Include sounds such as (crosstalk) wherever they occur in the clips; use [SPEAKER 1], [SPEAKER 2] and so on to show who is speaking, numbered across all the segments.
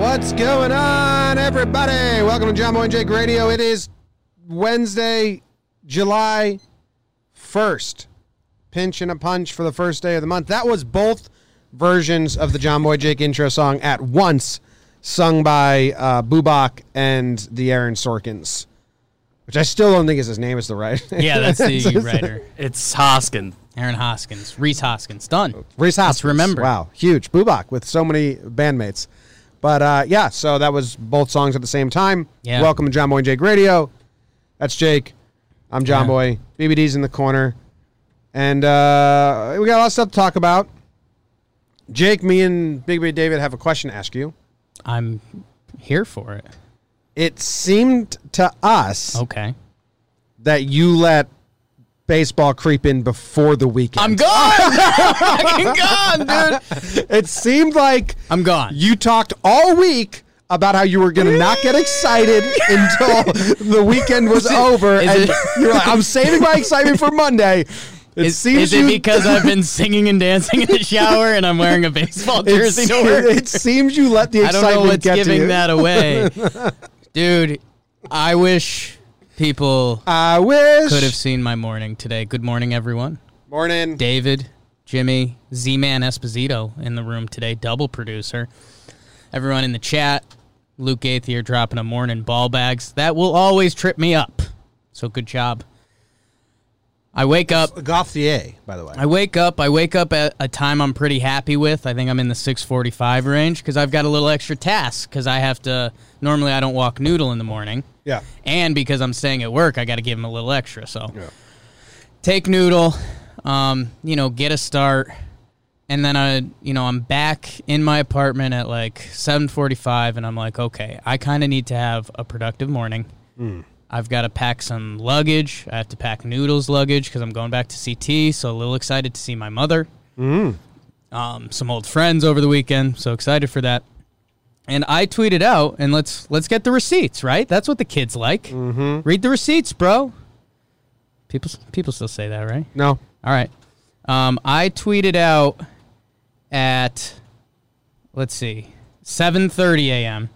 [SPEAKER 1] What's going on, everybody? Welcome to John Boy and Jake Radio. It is Wednesday, July 1st. Pinch and a punch for the first day of the month. That was both versions of the John Boy Jake intro song at once, sung by uh, Bubak and the Aaron Sorkins, which I still don't think is his name is the right. (laughs)
[SPEAKER 2] Yeah, that's the E writer.
[SPEAKER 3] It's Hoskin.
[SPEAKER 2] Aaron Hoskins. Reese Hoskins. Done.
[SPEAKER 1] Reese Hoskins.
[SPEAKER 2] remembered.
[SPEAKER 1] Wow, huge. Bubak with so many bandmates. But uh, yeah, so that was both songs at the same time.
[SPEAKER 2] Yeah.
[SPEAKER 1] Welcome to John Boy and Jake Radio. That's Jake. I'm John
[SPEAKER 2] Yeah.
[SPEAKER 1] Boy. BBD's in the corner. And uh, we got a lot of stuff to talk about. Jake, me and Big B David have a question to ask you.
[SPEAKER 2] I'm here for it.
[SPEAKER 1] It seemed to us
[SPEAKER 2] Okay.
[SPEAKER 1] that you let baseball creep in before the weekend.
[SPEAKER 2] I'm gone. (laughs) I'm gone, dude.
[SPEAKER 1] it seemed like
[SPEAKER 2] I'm gone.
[SPEAKER 1] You talked all week about how you were going to not
[SPEAKER 2] (laughs)
[SPEAKER 1] get excited until the weekend was over,
[SPEAKER 2] is
[SPEAKER 1] and
[SPEAKER 2] it-
[SPEAKER 1] you're like, "I'm saving my excitement for
[SPEAKER 2] (laughs)
[SPEAKER 1] Monday." It
[SPEAKER 2] Is,
[SPEAKER 1] seems
[SPEAKER 2] is it
[SPEAKER 1] you,
[SPEAKER 2] because I've been singing and dancing in
[SPEAKER 1] (laughs)
[SPEAKER 2] the shower and I'm wearing a baseball
[SPEAKER 1] it,
[SPEAKER 2] jersey to
[SPEAKER 1] (laughs) se-
[SPEAKER 2] work?
[SPEAKER 1] it seems you let
[SPEAKER 2] (laughs)
[SPEAKER 1] the
[SPEAKER 2] I don't know
[SPEAKER 1] excitement
[SPEAKER 2] what's
[SPEAKER 1] get to you.
[SPEAKER 2] giving that
[SPEAKER 1] (laughs)
[SPEAKER 2] away. Dude, I wish people
[SPEAKER 1] I wish.
[SPEAKER 2] could have seen my morning today. Good morning, everyone.
[SPEAKER 1] Morning.
[SPEAKER 2] David, Jimmy, Z Man Esposito in the room today, double producer. Everyone in the chat, Luke Gaither dropping a morning ball bags. That will always trip me up. So good job. I wake up.
[SPEAKER 1] Gauthier, by the way.
[SPEAKER 2] I wake up. I wake up at a time I'm pretty happy with. I think I'm in the 6:45 range because I've got a little extra task because I have to. Normally, I don't walk noodle in the morning,
[SPEAKER 1] yeah.
[SPEAKER 2] and because I'm staying at work, I got to give him a little extra. So
[SPEAKER 1] Yeah.
[SPEAKER 2] take noodle um, you know get a start and then i you know i'm back in my apartment at like 7.45 and i'm like okay i kind of need to have a productive morning i've got to pack some luggage i have to pack noodles luggage because i'm going back to ct so a little excited to see my mother um, some old friends over the weekend so excited for that and i tweeted out and let's let's get the receipts right that's what the kids like mm-hmm. read the receipts bro people people still say that right
[SPEAKER 1] No.
[SPEAKER 2] all right. Um, I tweeted out at let's see, 7:30 a.m.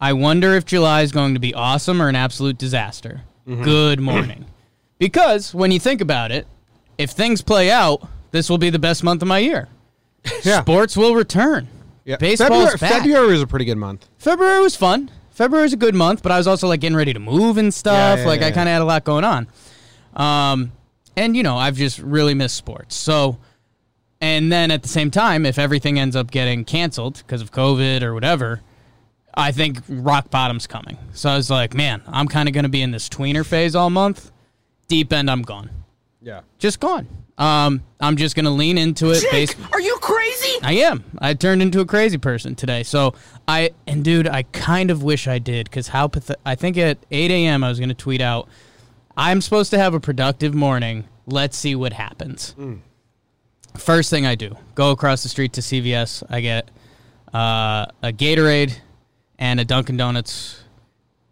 [SPEAKER 2] I wonder if July is going to be awesome or an absolute disaster. Good morning. because when you think about it, if things play out, this will be the best month of my year.
[SPEAKER 1] Yeah.
[SPEAKER 2] Sports will return.
[SPEAKER 1] yeah.
[SPEAKER 2] Baseball's
[SPEAKER 1] February,
[SPEAKER 2] back.
[SPEAKER 1] February was a pretty good month.
[SPEAKER 2] February was fun. February was a good month, but I was also like getting ready to move and stuff.
[SPEAKER 1] Yeah, yeah,
[SPEAKER 2] like
[SPEAKER 1] yeah,
[SPEAKER 2] I
[SPEAKER 1] yeah.
[SPEAKER 2] kind of had a lot going on. Um, and you know, I've just really missed sports. So, and then at the same time, if everything ends up getting canceled because of COVID or whatever, I think rock bottom's coming. So I was like, man, I'm kind of going to be in this tweener phase all month. Deep end, I'm gone.
[SPEAKER 1] Yeah.
[SPEAKER 2] Just gone. Um, I'm just going to lean into
[SPEAKER 1] (laughs)
[SPEAKER 2] it. based-
[SPEAKER 4] Are you crazy?
[SPEAKER 2] I am. I turned into a crazy person today. So I and dude, I kind of wish I did because how pathet- I think at 8 a.m. I was gonna tweet out, "I'm supposed to have a productive morning. Let's see what happens." First thing I do, go across the street to CVS. I get uh, a Gatorade and a Dunkin' Donuts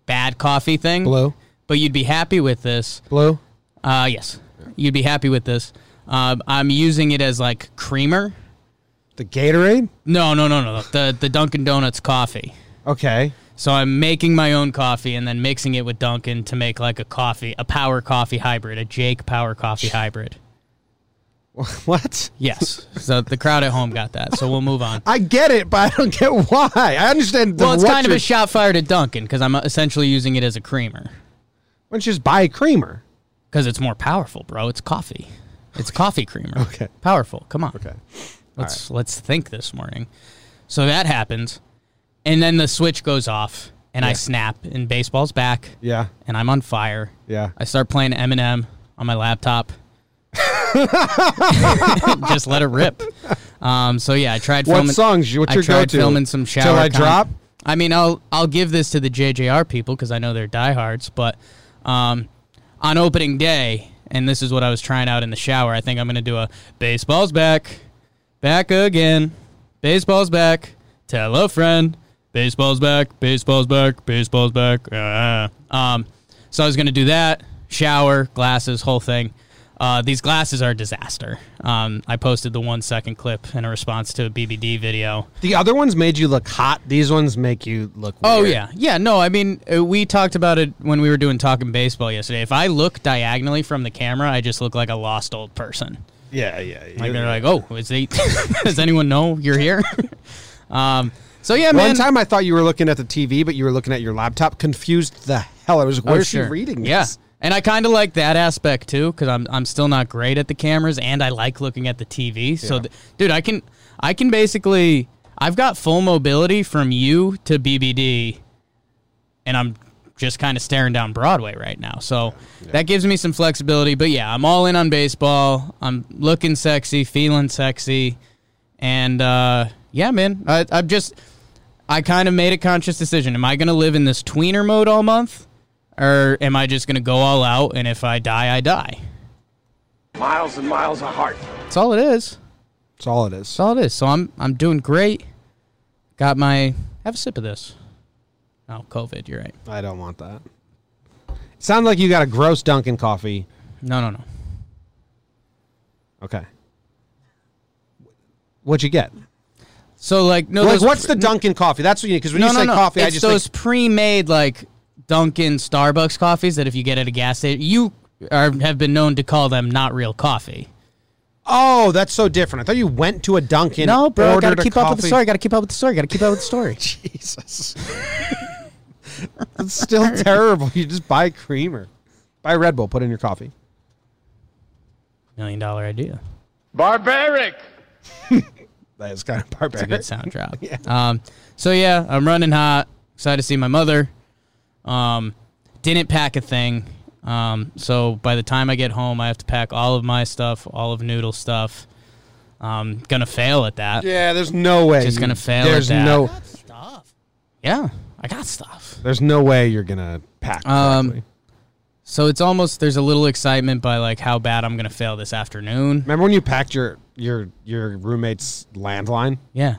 [SPEAKER 2] bad coffee thing.
[SPEAKER 1] Blue.
[SPEAKER 2] But you'd be happy with this.
[SPEAKER 1] Blue.
[SPEAKER 2] Uh, yes, you'd be happy with this. Um, I'm using it as like creamer.
[SPEAKER 1] The Gatorade.
[SPEAKER 2] No, no, no, no. The the Dunkin' Donuts coffee.
[SPEAKER 1] Okay.
[SPEAKER 2] So I'm making my own coffee and then mixing it with Dunkin' to make like a coffee, a power coffee hybrid, a Jake power coffee hybrid.
[SPEAKER 1] (laughs) What?
[SPEAKER 2] Yes. So the crowd at home got that. So we'll move on.
[SPEAKER 1] I get it, but I don't get why. I understand. The
[SPEAKER 2] Well, it's
[SPEAKER 1] what
[SPEAKER 2] kind of
[SPEAKER 1] you're-
[SPEAKER 2] a shot fired at Dunkin' because I'm essentially using it as a creamer
[SPEAKER 1] Why don't you just buy a creamer?
[SPEAKER 2] because it's more powerful, bro. It's coffee. It's coffee creamer.
[SPEAKER 1] (laughs) Okay.
[SPEAKER 2] Powerful. Come on.
[SPEAKER 1] Okay.
[SPEAKER 2] Let's let's think this morning. So that happens, and then the switch goes off, and I snap, and baseball's back.
[SPEAKER 1] Yeah.
[SPEAKER 2] and I'm on fire.
[SPEAKER 1] Yeah.
[SPEAKER 2] I start playing Eminem on my laptop. (laughs) Just let it rip. Um, so yeah, I tried
[SPEAKER 1] What
[SPEAKER 2] filming.
[SPEAKER 1] songs? What's
[SPEAKER 2] I
[SPEAKER 1] your
[SPEAKER 2] tried
[SPEAKER 1] go-to?
[SPEAKER 2] filming some shower.
[SPEAKER 1] Till I Drop?
[SPEAKER 2] I mean, I'll I'll give this to the JJR people because I know they're diehards. But um, on opening day, and this is what I was trying out in the shower. I think I'm gonna do a baseball's back, back again. Baseball's back. Tell a friend. Baseball's back. Baseball's back. ah. Baseball's back. Ah. Um, so I was gonna do that. Shower, glasses, whole thing. Uh, these glasses are a disaster. Um, I posted the one second clip in a response to a BBD video.
[SPEAKER 1] The other ones made you look hot. These ones make you look.
[SPEAKER 2] Oh
[SPEAKER 1] weird.
[SPEAKER 2] yeah, yeah. No, I mean uh, we talked about it when we were doing talking baseball yesterday. If I look diagonally from the camera, I just look like a lost old person.
[SPEAKER 1] yeah, yeah, yeah.
[SPEAKER 2] Like they're like, oh, is they? (laughs) does anyone know you're here? (laughs) um. So yeah,
[SPEAKER 1] One
[SPEAKER 2] man.
[SPEAKER 1] time I thought you were looking at the TV, but you were looking at your laptop. Confused the hell. I was like,
[SPEAKER 2] Oh,
[SPEAKER 1] where's
[SPEAKER 2] sure.
[SPEAKER 1] she reading this?
[SPEAKER 2] Yeah. And I kind of like that aspect too, because I'm I'm still not great at the cameras, and I like looking at the TV. So, th- dude, I can I can basically I've got full mobility from you to BBD, and I'm just kind of staring down Broadway right now. So that gives me some flexibility. But yeah, I'm all in on baseball. I'm looking sexy, feeling sexy, and uh, yeah, man, I, I've just I kind of made a conscious decision. Am I going to live in this tweener mode all month? or am I just gonna go all out and if I die, I die?
[SPEAKER 3] miles and miles of heart.
[SPEAKER 2] That's all it is.
[SPEAKER 1] That's all it is.
[SPEAKER 2] That's all it is. So I'm I'm doing great. Got my have a sip of this. Oh, COVID. You're right.
[SPEAKER 1] I don't want that. Sounds like you got a gross Dunkin' coffee.
[SPEAKER 2] No, no, no.
[SPEAKER 1] Okay. What'd you get?
[SPEAKER 2] So like no.
[SPEAKER 1] like,
[SPEAKER 2] those
[SPEAKER 1] what's
[SPEAKER 2] pr-
[SPEAKER 1] the Dunkin' coffee? That's when you because when
[SPEAKER 2] No,
[SPEAKER 1] you
[SPEAKER 2] no,
[SPEAKER 1] say
[SPEAKER 2] no.
[SPEAKER 1] coffee,
[SPEAKER 2] it's
[SPEAKER 1] I just
[SPEAKER 2] those
[SPEAKER 1] think,
[SPEAKER 2] pre-made like Dunkin' Starbucks coffees that if you get at a gas station, you are, have been known to call them not real coffee.
[SPEAKER 1] oh, that's so different. I thought you went to a Dunkin'.
[SPEAKER 2] No, bro.
[SPEAKER 1] ordered
[SPEAKER 2] Got to
[SPEAKER 1] a
[SPEAKER 2] keep up with the
[SPEAKER 1] coffee.
[SPEAKER 2] story. Got to keep up with the story. Got to keep up with the story.
[SPEAKER 1] Jesus. it's still terrible. You just buy creamer. Buy Red Bull, put in your coffee.
[SPEAKER 2] (laughs) Million dollar idea.
[SPEAKER 3] Barbaric!
[SPEAKER 1] That is kind of
[SPEAKER 2] It's a
[SPEAKER 1] barbaric. (laughs)
[SPEAKER 2] good sound drop. Um, so yeah, I'm running hot. Excited to see my mother. Um, didn't pack a thing. Um, so by the time I get home, I have to pack all of my stuff, all of Noodle stuff. Um, gonna fail at that. Yeah,
[SPEAKER 1] Yeah, there's no way.
[SPEAKER 2] Just
[SPEAKER 1] you-
[SPEAKER 2] gonna fail at
[SPEAKER 1] There's
[SPEAKER 2] that.
[SPEAKER 1] no.
[SPEAKER 2] I got stuff.
[SPEAKER 1] There's no way you're gonna pack.
[SPEAKER 2] Um,
[SPEAKER 1] correctly.
[SPEAKER 2] So it's almost there's a little excitement by like how bad I'm gonna fail this afternoon.
[SPEAKER 1] Remember when you packed your your your roommate's landline?
[SPEAKER 2] Yeah,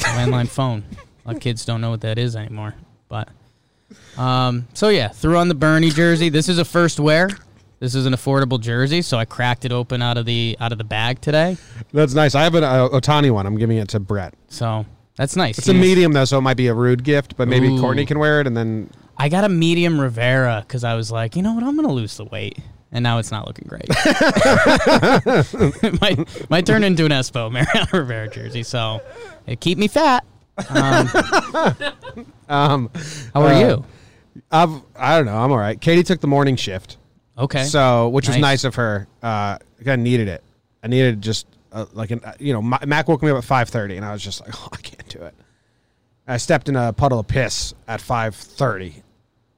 [SPEAKER 2] landline phone. A lot of kids don't know what that is anymore. But um, so yeah, threw on the Bernie jersey. This is a first wear. This is an affordable jersey, so I cracked it open out of the out of the bag today.
[SPEAKER 1] That's nice. I have an uh, Otani one. I'm giving it to Brett.
[SPEAKER 2] So that's nice.
[SPEAKER 1] It's a medium though, so it might be a rude gift, but maybe
[SPEAKER 2] Ooh.
[SPEAKER 1] Courtney can wear it, and then
[SPEAKER 2] I got a medium Rivera because I was like, you know what, I'm gonna lose the weight, and now it's not looking
[SPEAKER 1] (laughs)
[SPEAKER 2] great. (laughs) it might might turn into an Espo Mariano (laughs) Rivera jersey. So it keep me fat.
[SPEAKER 1] (laughs)
[SPEAKER 2] Um, how are
[SPEAKER 1] uh,
[SPEAKER 2] you?
[SPEAKER 1] I've I don't know. I'm all right. Katie took the morning shift,
[SPEAKER 2] Okay.
[SPEAKER 1] so which was
[SPEAKER 2] Nice.
[SPEAKER 1] nice of her. Uh, I needed it. I needed just uh, like an uh, you know Ma- Mac woke me up at 5:30, and I was just like, (laughs) oh, I can't do it. I stepped in a puddle of piss at 5:30,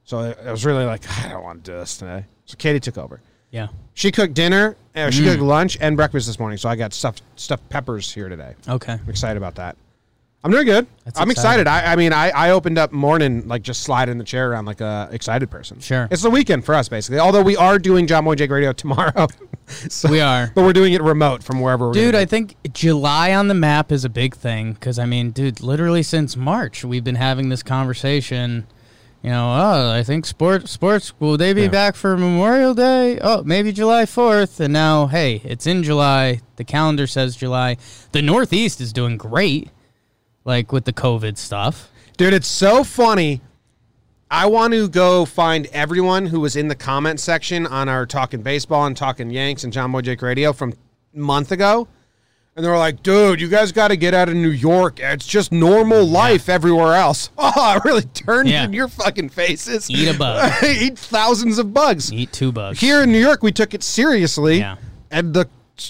[SPEAKER 1] so I I was really like, I don't want to do this today. So Katie took over.
[SPEAKER 2] yeah.
[SPEAKER 1] She cooked dinner, uh,
[SPEAKER 2] Mm.
[SPEAKER 1] she cooked lunch and breakfast this morning. So I got stuffed stuffed peppers here today.
[SPEAKER 2] Okay.
[SPEAKER 1] I'm excited about that. I'm doing good.
[SPEAKER 2] That's
[SPEAKER 1] I'm
[SPEAKER 2] exciting.
[SPEAKER 1] excited. I, I mean, I, I opened up morning like just sliding the chair around like a excited person.
[SPEAKER 2] Sure.
[SPEAKER 1] it's the weekend for us basically. Although we are doing John Boy Jake Radio (laughs) tomorrow, so,
[SPEAKER 2] We
[SPEAKER 1] (laughs)
[SPEAKER 2] are.
[SPEAKER 1] but we're doing it remote from wherever. We're
[SPEAKER 2] Dude,
[SPEAKER 1] gonna
[SPEAKER 2] I think July on the map is a big thing because I mean, dude, literally since March we've been having this conversation. You know, oh, I think sport sports will they be
[SPEAKER 1] Yeah.
[SPEAKER 2] back for Memorial Day? Oh, maybe July fourth. And now, hey, it's in July. The calendar says July. The Northeast is doing great, like with the COVID stuff.
[SPEAKER 1] do. dude, it's so funny. I want to go find everyone who was in the comment section on our talking baseball and talking Yanks and John Boy Jake Radio from a month ago. And they were like, dude, you guys got to get out of New York. It's just normal life everywhere else. (laughs) Oh, I really turned
[SPEAKER 2] Yeah.
[SPEAKER 1] in your fucking faces.
[SPEAKER 2] Eat a bug.
[SPEAKER 1] (laughs) Eat thousands of
[SPEAKER 2] (laughs)
[SPEAKER 1] bugs.
[SPEAKER 2] Eat two bugs.
[SPEAKER 1] Here in New York, we took it seriously.
[SPEAKER 2] Yeah.
[SPEAKER 1] And the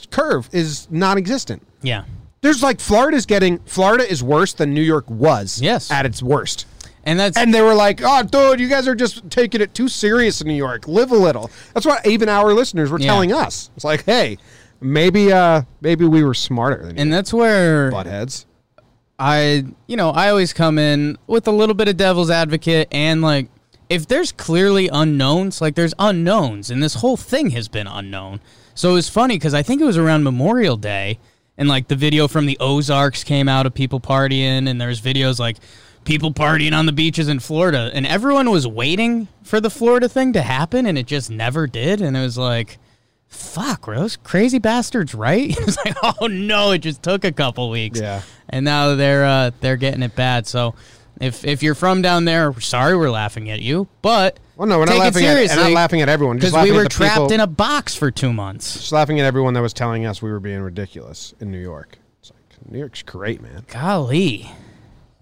[SPEAKER 1] curve is non existent.
[SPEAKER 2] yeah.
[SPEAKER 1] There's like Florida's getting, Florida is worse than New York was
[SPEAKER 2] Yes.
[SPEAKER 1] at its worst.
[SPEAKER 2] And that's
[SPEAKER 1] And they were like, "Oh, dude, you guys are just taking it too serious in New York. Live a little." That's what even our listeners were
[SPEAKER 2] Yeah.
[SPEAKER 1] telling us. It's like, "Hey, maybe, uh, maybe we were smarter than
[SPEAKER 2] and that's where
[SPEAKER 1] you, buttheads."
[SPEAKER 2] I, you know, I always come in with a little bit of devil's advocate and like if there's clearly unknowns, like there's unknowns and this whole thing has been unknown. So it was funny cuz I think it was around Memorial Day and like the video from the Ozarks came out of people partying and there's videos like people partying on the beaches in Florida and everyone was waiting for the Florida thing to happen and it just never did and it was like fuck, were those crazy bastards right? (laughs) it's like, oh no, it just took a couple weeks.
[SPEAKER 1] Yeah.
[SPEAKER 2] And now they're uh, they're getting it bad. So if if you're from down there, sorry we're laughing at you, but
[SPEAKER 1] Well, no, we're not
[SPEAKER 2] take
[SPEAKER 1] laughing
[SPEAKER 2] it
[SPEAKER 1] at,
[SPEAKER 2] seriously.
[SPEAKER 1] and not laughing at everyone.
[SPEAKER 2] because
[SPEAKER 1] Just laughing
[SPEAKER 2] we were
[SPEAKER 1] at the
[SPEAKER 2] trapped
[SPEAKER 1] people,
[SPEAKER 2] in a box for two months.
[SPEAKER 1] just laughing at everyone that was telling us we were being ridiculous in New York. It's like New York's great, man.
[SPEAKER 2] Golly,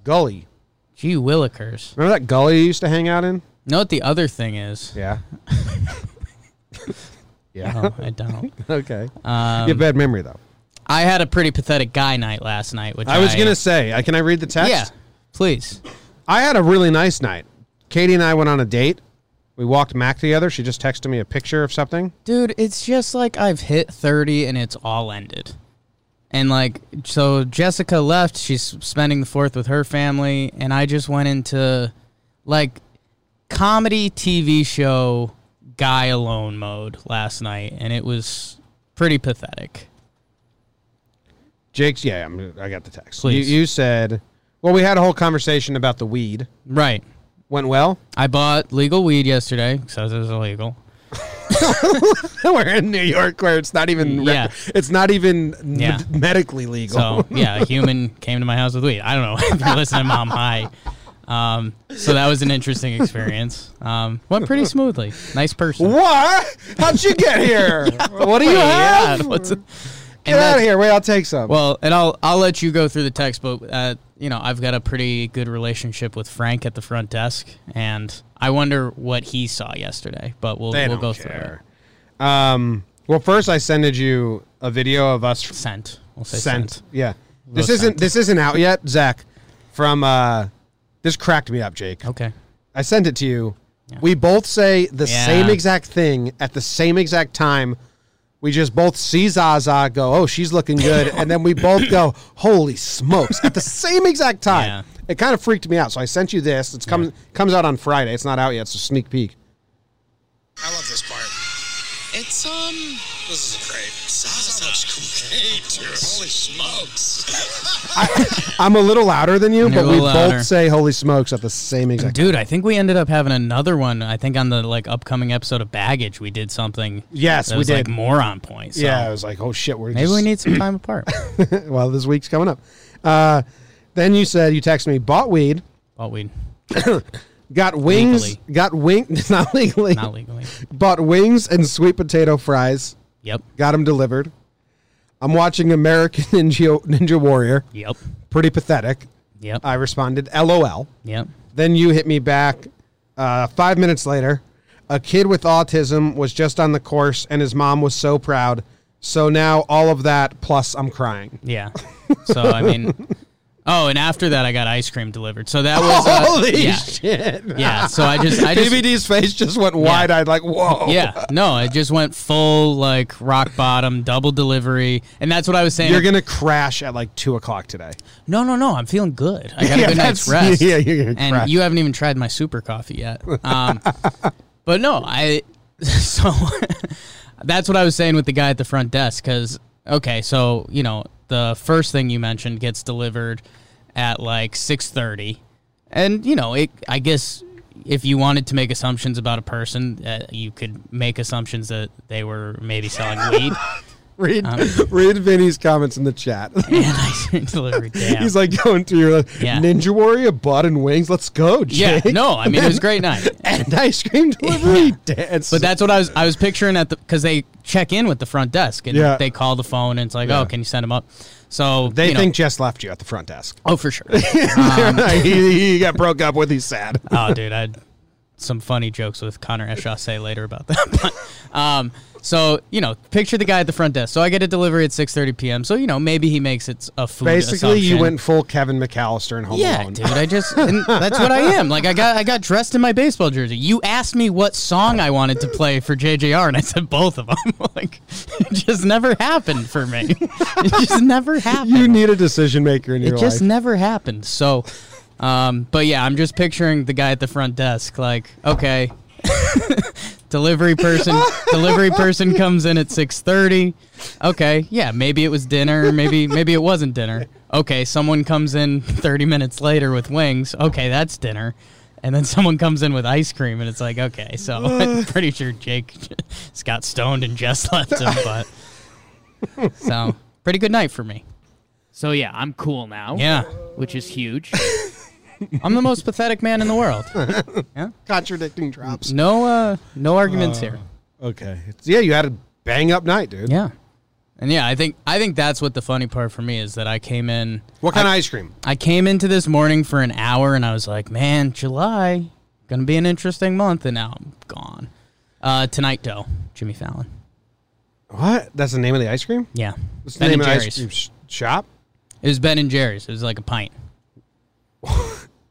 [SPEAKER 1] Gully.
[SPEAKER 2] gee willikers.
[SPEAKER 1] Remember that gully you used to hang out in?
[SPEAKER 2] Know what the other thing is? (laughs)
[SPEAKER 1] Yeah. yeah. (laughs)
[SPEAKER 2] No, I don't.
[SPEAKER 1] okay.
[SPEAKER 2] Um,
[SPEAKER 1] you have bad memory though.
[SPEAKER 2] I had a pretty pathetic guy night last night, which
[SPEAKER 1] I was gonna say, I, can I read the text?
[SPEAKER 2] yeah, please.
[SPEAKER 1] I had a really nice night. Katie and I went on a date. We walked Mac together. She just texted me a picture of something.
[SPEAKER 2] Dude, it's just like I've hit 30 and it's all ended. And like, so Jessica left. She's spending the fourth with her family. And I just went into like comedy TV show guy alone mode last night. And it was pretty pathetic.
[SPEAKER 1] Jake's yeah, I'm, I got the text.
[SPEAKER 2] Please.
[SPEAKER 1] You, you said, well, we had a whole conversation about the weed.
[SPEAKER 2] Right.
[SPEAKER 1] Went well. (laughs)
[SPEAKER 2] I bought legal weed yesterday because it was illegal.
[SPEAKER 1] We're in New York where it's not even rec-
[SPEAKER 2] Yeah.
[SPEAKER 1] it's not even med-
[SPEAKER 2] Yeah.
[SPEAKER 1] (laughs) medically legal.
[SPEAKER 2] So (laughs) yeah, a human came to my house with weed. I don't know (laughs) if you're listening, Mom. Hi. Um, so that was an interesting experience. Um, went pretty smoothly. Nice person.
[SPEAKER 1] (laughs) what? How'd you get here? what do
[SPEAKER 2] (laughs)
[SPEAKER 1] you
[SPEAKER 2] Yeah,
[SPEAKER 1] have?
[SPEAKER 2] what's-
[SPEAKER 1] get out of here. Wait, I'll take some.
[SPEAKER 2] Well, and I'll I'll let you go through the text, but uh, you know I've got a pretty good relationship with Frank at the front desk, and I wonder what he saw yesterday. But we'll
[SPEAKER 1] They
[SPEAKER 2] we'll
[SPEAKER 1] don't
[SPEAKER 2] go
[SPEAKER 1] care. Um, well, first I sended you a video of us
[SPEAKER 2] through it. Scent. We'll say
[SPEAKER 1] sent.
[SPEAKER 2] scent.
[SPEAKER 1] Yeah, this
[SPEAKER 2] Low
[SPEAKER 1] isn't
[SPEAKER 2] scent.
[SPEAKER 1] this isn't out yet, Zach. From uh, this cracked me up, Jake.
[SPEAKER 2] Okay.
[SPEAKER 1] I sent it to you. We both say the
[SPEAKER 2] Yeah.
[SPEAKER 1] same exact thing at the same exact time. We just both see Zaza go, oh, she's
[SPEAKER 2] (laughs)
[SPEAKER 1] looking good, and then we both go, holy smokes, at the same exact time.
[SPEAKER 2] Yeah.
[SPEAKER 1] It kind of freaked me out, so I sent you this. It's comes comes out on Friday. It's not out yet. It's a sneak peek.
[SPEAKER 4] I love this part. It's um. This is great. Zaza looks great. (laughs) Holy smokes!
[SPEAKER 1] I'm a little louder than you,
[SPEAKER 2] You're
[SPEAKER 1] but
[SPEAKER 2] a
[SPEAKER 1] we
[SPEAKER 2] little louder.
[SPEAKER 1] both say holy smokes at the same exact.
[SPEAKER 2] Dude, I think we ended up having another one. I think on the like upcoming episode of Baggage, we did something.
[SPEAKER 1] Yes,
[SPEAKER 2] that
[SPEAKER 1] we
[SPEAKER 2] was, Like
[SPEAKER 1] did.
[SPEAKER 2] more on point. So
[SPEAKER 1] Yeah, I was like, oh shit, we're
[SPEAKER 2] Maybe
[SPEAKER 1] just,
[SPEAKER 2] we
[SPEAKER 1] (laughs)
[SPEAKER 2] need some time apart. (coughs)
[SPEAKER 1] well, this week's coming up. Uh, then you said you texted me, bought weed,
[SPEAKER 2] Bought weed,
[SPEAKER 1] got wings,
[SPEAKER 2] Legally.
[SPEAKER 1] got wing, (laughs) not legally,
[SPEAKER 2] not legally.
[SPEAKER 1] bought wings and sweet potato fries,
[SPEAKER 2] Yep.
[SPEAKER 1] got them delivered. I'm watching American (laughs) Ninja Ninja Warrior,
[SPEAKER 2] Yep.
[SPEAKER 1] pretty pathetic.
[SPEAKER 2] Yep.
[SPEAKER 1] I responded, LOL.
[SPEAKER 2] yep.
[SPEAKER 1] Then you hit me back uh, five minutes later. A kid with autism was just on the course, and his mom was so proud. So now all of that plus I'm crying.
[SPEAKER 2] Yeah. So I mean, oh, and after that, I got ice cream delivered. So that was (laughs) uh,
[SPEAKER 1] Holy
[SPEAKER 2] yeah,
[SPEAKER 1] shit!
[SPEAKER 2] yeah. So I just, I just,
[SPEAKER 1] BBD's face just went wide eyed, like, whoa.
[SPEAKER 2] yeah. No, I just went full like rock bottom, double delivery, and that's what I was saying.
[SPEAKER 1] You're going to crash at like two o'clock today.
[SPEAKER 2] no, no, no. I'm feeling good.
[SPEAKER 1] (laughs)
[SPEAKER 2] I got
[SPEAKER 1] Yeah,
[SPEAKER 2] a good night's
[SPEAKER 1] that's-
[SPEAKER 2] rest.
[SPEAKER 1] yeah, you're gonna
[SPEAKER 2] And
[SPEAKER 1] crash.
[SPEAKER 2] you haven't even tried my super coffee yet. Um, (laughs) but no, I (laughs) so that's what I was saying with the guy at the front desk because okay, so you know the first thing you mentioned gets delivered at like six thirty, and you know it. I guess if you wanted to make assumptions about a person, uh, you could make assumptions that they were maybe selling
[SPEAKER 1] (laughs)
[SPEAKER 2] weed.
[SPEAKER 1] Read,
[SPEAKER 2] Um,
[SPEAKER 1] read Vinny's comments in the chat. (laughs)
[SPEAKER 2] and I delivered. Damn.
[SPEAKER 1] He's like going through your like,
[SPEAKER 2] Yeah.
[SPEAKER 1] Ninja Warrior, bud and wings. Let's go,
[SPEAKER 2] yeah,
[SPEAKER 1] Jake.
[SPEAKER 2] no, I mean it was a great
[SPEAKER 1] (laughs)
[SPEAKER 2] night.
[SPEAKER 1] And ice cream delivery dance.
[SPEAKER 2] But that's what I was I was picturing at the because they check in with the front desk and
[SPEAKER 1] Yeah.
[SPEAKER 2] they call the phone and it's like,
[SPEAKER 1] Yeah.
[SPEAKER 2] oh, can you send them up? So
[SPEAKER 1] they
[SPEAKER 2] you know- Um,
[SPEAKER 1] think Jess left you at the front desk.
[SPEAKER 2] oh, for
[SPEAKER 1] (laughs)
[SPEAKER 2] sure.
[SPEAKER 1] he, he got broke up with.
[SPEAKER 2] (laughs)
[SPEAKER 1] He's sad.
[SPEAKER 2] oh, dude, I had some funny jokes with Connor Eschausse later about that. (laughs) But, um, so you know, picture the guy at the front desk. So I get a delivery at six thirty p.m. So you know, maybe he makes it a food.
[SPEAKER 1] Basically, you
[SPEAKER 2] assumption.
[SPEAKER 1] went full Kevin McAllister and Home
[SPEAKER 2] Yeah,
[SPEAKER 1] Alone.
[SPEAKER 2] dude. I just
[SPEAKER 1] (laughs)
[SPEAKER 2] and that's what I am. Like I got I got dressed in my baseball jersey. You asked me what song I wanted to play for JJR, and I said both of them. (laughs) like it just never happened for me. (laughs) It just never happened.
[SPEAKER 1] You need a decision maker in your
[SPEAKER 2] it just
[SPEAKER 1] life.
[SPEAKER 2] never happened. So, um, but yeah, I'm just picturing the guy at the front desk. Like, okay, (laughs) delivery
[SPEAKER 1] (laughs)
[SPEAKER 2] person, delivery person comes in at 6:30. Okay, yeah, maybe it was dinner. Maybe maybe it wasn't dinner. Okay, someone comes in 30 minutes later with wings. Okay, that's dinner. And then someone comes in with ice cream, and it's like, okay, so (laughs)
[SPEAKER 1] (laughs)
[SPEAKER 2] I'm pretty sure Jake just got stoned and just left him, but
[SPEAKER 1] (laughs)
[SPEAKER 2] so pretty good night for me.
[SPEAKER 5] So yeah, I'm cool now.
[SPEAKER 2] (laughs) Yeah,
[SPEAKER 5] Which is huge.
[SPEAKER 2] (laughs) I'm the most pathetic man in the (laughs) world.
[SPEAKER 1] Contradicting drops.
[SPEAKER 2] No, uh, no arguments here.
[SPEAKER 1] Okay. It's- yeah, you had a bang up night, dude.
[SPEAKER 2] Yeah, and yeah, I think I think that's what the funny part for me is that I came in.
[SPEAKER 1] What kind of ice cream?
[SPEAKER 2] I came into this morning for an hour and I was like, man, July, gonna be an interesting month, and now I'm gone. Uh, tonight, though, Jimmy Fallon.
[SPEAKER 1] What? That's the name of the ice cream?
[SPEAKER 2] Yeah.
[SPEAKER 1] What's the
[SPEAKER 2] ben
[SPEAKER 1] name
[SPEAKER 2] and
[SPEAKER 1] of the
[SPEAKER 2] Jerry's.
[SPEAKER 1] ice cream sh- shop?
[SPEAKER 2] It was Ben and Jerry's. It was like a pint.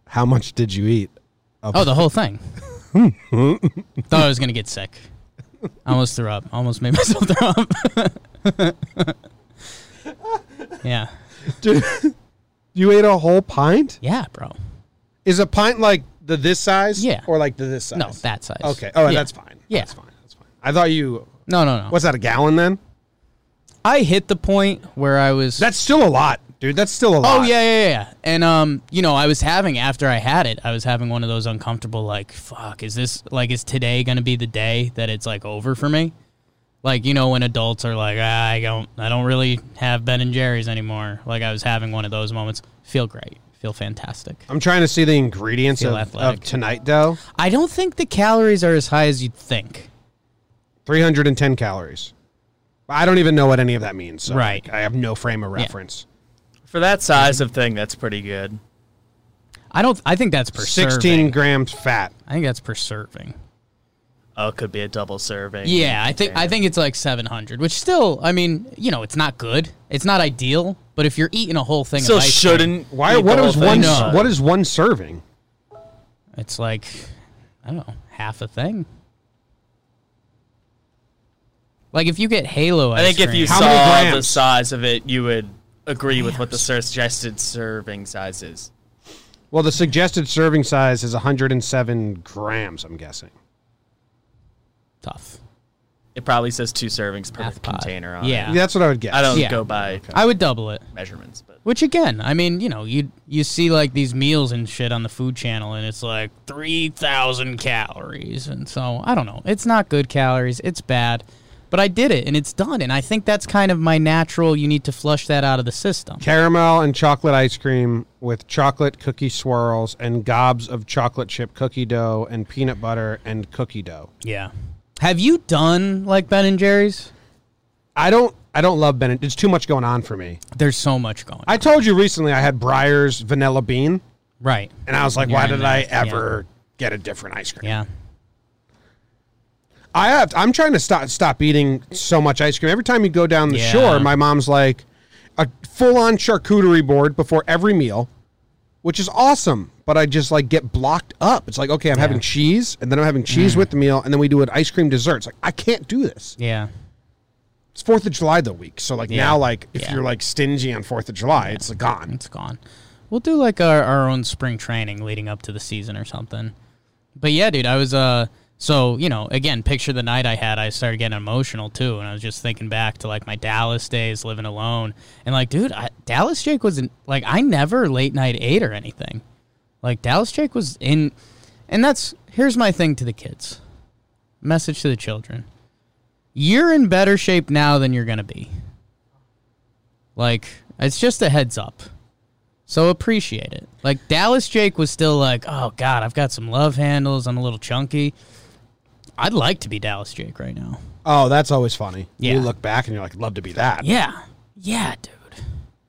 [SPEAKER 1] How much did you eat?
[SPEAKER 2] Oh, the whole
[SPEAKER 1] (laughs)
[SPEAKER 2] thing. Thought I was gonna get sick. I almost threw up. Almost made (laughs) myself throw up. (laughs) yeah.
[SPEAKER 1] Dude, (laughs) you ate a whole pint?
[SPEAKER 2] Yeah, bro.
[SPEAKER 1] Is a pint like the this size?
[SPEAKER 2] Yeah.
[SPEAKER 1] Or like the this size?
[SPEAKER 2] No, that size.
[SPEAKER 1] Okay. Oh,
[SPEAKER 2] Yeah.
[SPEAKER 1] that's fine.
[SPEAKER 2] Yeah.
[SPEAKER 1] That's fine. That's fine. I thought you.
[SPEAKER 2] No, no, no.
[SPEAKER 1] What's that, a gallon then?
[SPEAKER 2] I hit the point where I was.
[SPEAKER 1] That's still a lot, dude. That's still a lot.
[SPEAKER 2] Oh yeah, yeah, yeah. And um, you know, I was having after I had it, I was having one of those uncomfortable like, fuck, is this like is today gonna be the day that it's like over for me? Like you know when adults are like, ah, I don't, I don't really have Ben and Jerry's anymore. Like I was having one of those moments. Feel great. Feel fantastic.
[SPEAKER 1] I'm trying to see the ingredients
[SPEAKER 2] Feel
[SPEAKER 1] of, of
[SPEAKER 2] athletic.
[SPEAKER 1] tonight dough.
[SPEAKER 2] I don't think the calories are as high as you'd think.
[SPEAKER 1] 310 calories. I don't even know what any of that means. So
[SPEAKER 2] Right.
[SPEAKER 1] like, I have no frame of reference.
[SPEAKER 6] For that size of thing, that's pretty good.
[SPEAKER 2] I don't. I think that's per
[SPEAKER 1] 16
[SPEAKER 2] serving.
[SPEAKER 1] grams fat.
[SPEAKER 2] I think that's per serving.
[SPEAKER 6] Oh, it could be a double serving.
[SPEAKER 2] Yeah, I think I think it's like 700, which still, I mean, you know, it's not good. It's not ideal, but if you're eating a whole thing
[SPEAKER 6] Still
[SPEAKER 2] of ice cream,
[SPEAKER 6] shouldn't.
[SPEAKER 1] Why?
[SPEAKER 6] eat
[SPEAKER 1] What
[SPEAKER 6] the
[SPEAKER 1] is
[SPEAKER 6] whole
[SPEAKER 1] one?
[SPEAKER 6] thing.
[SPEAKER 2] No.
[SPEAKER 1] What is one serving?
[SPEAKER 2] it's like I don't know, half a thing. Like if you get Halo
[SPEAKER 6] I
[SPEAKER 2] ice
[SPEAKER 6] think if
[SPEAKER 2] cream-
[SPEAKER 6] you
[SPEAKER 1] How many
[SPEAKER 6] saw the
[SPEAKER 1] grams?
[SPEAKER 6] size of it, you would agree with what the suggested serving size is.
[SPEAKER 1] Well, the suggested serving size is 107 grams. I'm guessing.
[SPEAKER 2] tough.
[SPEAKER 6] It probably says two servings per
[SPEAKER 2] Math pod.
[SPEAKER 6] container on
[SPEAKER 2] Yeah.
[SPEAKER 6] it.
[SPEAKER 1] That's what I would guess.
[SPEAKER 6] I don't
[SPEAKER 2] Yeah.
[SPEAKER 6] go by
[SPEAKER 2] I would double it.
[SPEAKER 6] measurements, but
[SPEAKER 2] Which again, I mean, you know, you you see like these meals and shit on the food channel and it's like 3000 calories and so I don't know. It's not good calories, it's bad. But I did it and it's done and I think that's kind of my natural you need to flush that out of the system.
[SPEAKER 1] Caramel and chocolate ice cream with chocolate cookie swirls and gobs of chocolate chip cookie dough and peanut butter and cookie dough.
[SPEAKER 2] Yeah. Have you done like Ben and Jerry's?
[SPEAKER 1] I don't. I don't love Ben. It's too much going on for me.
[SPEAKER 2] There's so much going.
[SPEAKER 1] I told you recently I had Breyer's vanilla bean,
[SPEAKER 2] right.
[SPEAKER 1] and I was like,
[SPEAKER 2] You're
[SPEAKER 1] why
[SPEAKER 2] in
[SPEAKER 1] did
[SPEAKER 2] there.
[SPEAKER 1] I
[SPEAKER 2] Yeah.
[SPEAKER 1] ever get a different ice cream?
[SPEAKER 2] Yeah.
[SPEAKER 1] I have. I'm trying to stop stop eating so much ice cream. Every time you go down the
[SPEAKER 2] Yeah.
[SPEAKER 1] shore, my mom's like a full on charcuterie board before every meal, which is awesome. But I just like get blocked up. It's like okay, I'm having cheese, and then I'm having cheese
[SPEAKER 2] Mm.
[SPEAKER 1] with the meal, and then we do an ice cream dessert. It's like I can't do this.
[SPEAKER 2] Yeah.
[SPEAKER 1] It's Fourth of July the week, so like
[SPEAKER 2] Yeah.
[SPEAKER 1] now, like if
[SPEAKER 2] Yeah.
[SPEAKER 1] you're like stingy on Fourth of July, it's gone.
[SPEAKER 2] It's gone. We'll do like our, our own spring training leading up to the season or something. But yeah, dude, I was uh so, you know, again, picture the night I had, I started getting emotional too, and I was just thinking back to like my Dallas days living alone. And like, dude, I, Dallas Jake wasn't like I never late night ate or anything. Like Dallas Jake was in and that's here's my thing to the kids. Message to the children. You're in better shape now than you're going to be. Like it's just a heads up. So appreciate it. Like Dallas Jake was still like, "Oh god, I've got some love handles. I'm a little chunky." I'd like to be Dallas Jake right now.
[SPEAKER 1] Oh, that's always funny.
[SPEAKER 2] Yeah.
[SPEAKER 1] You look back and you're like, I'd love to be that.
[SPEAKER 2] Yeah. Yeah, dude.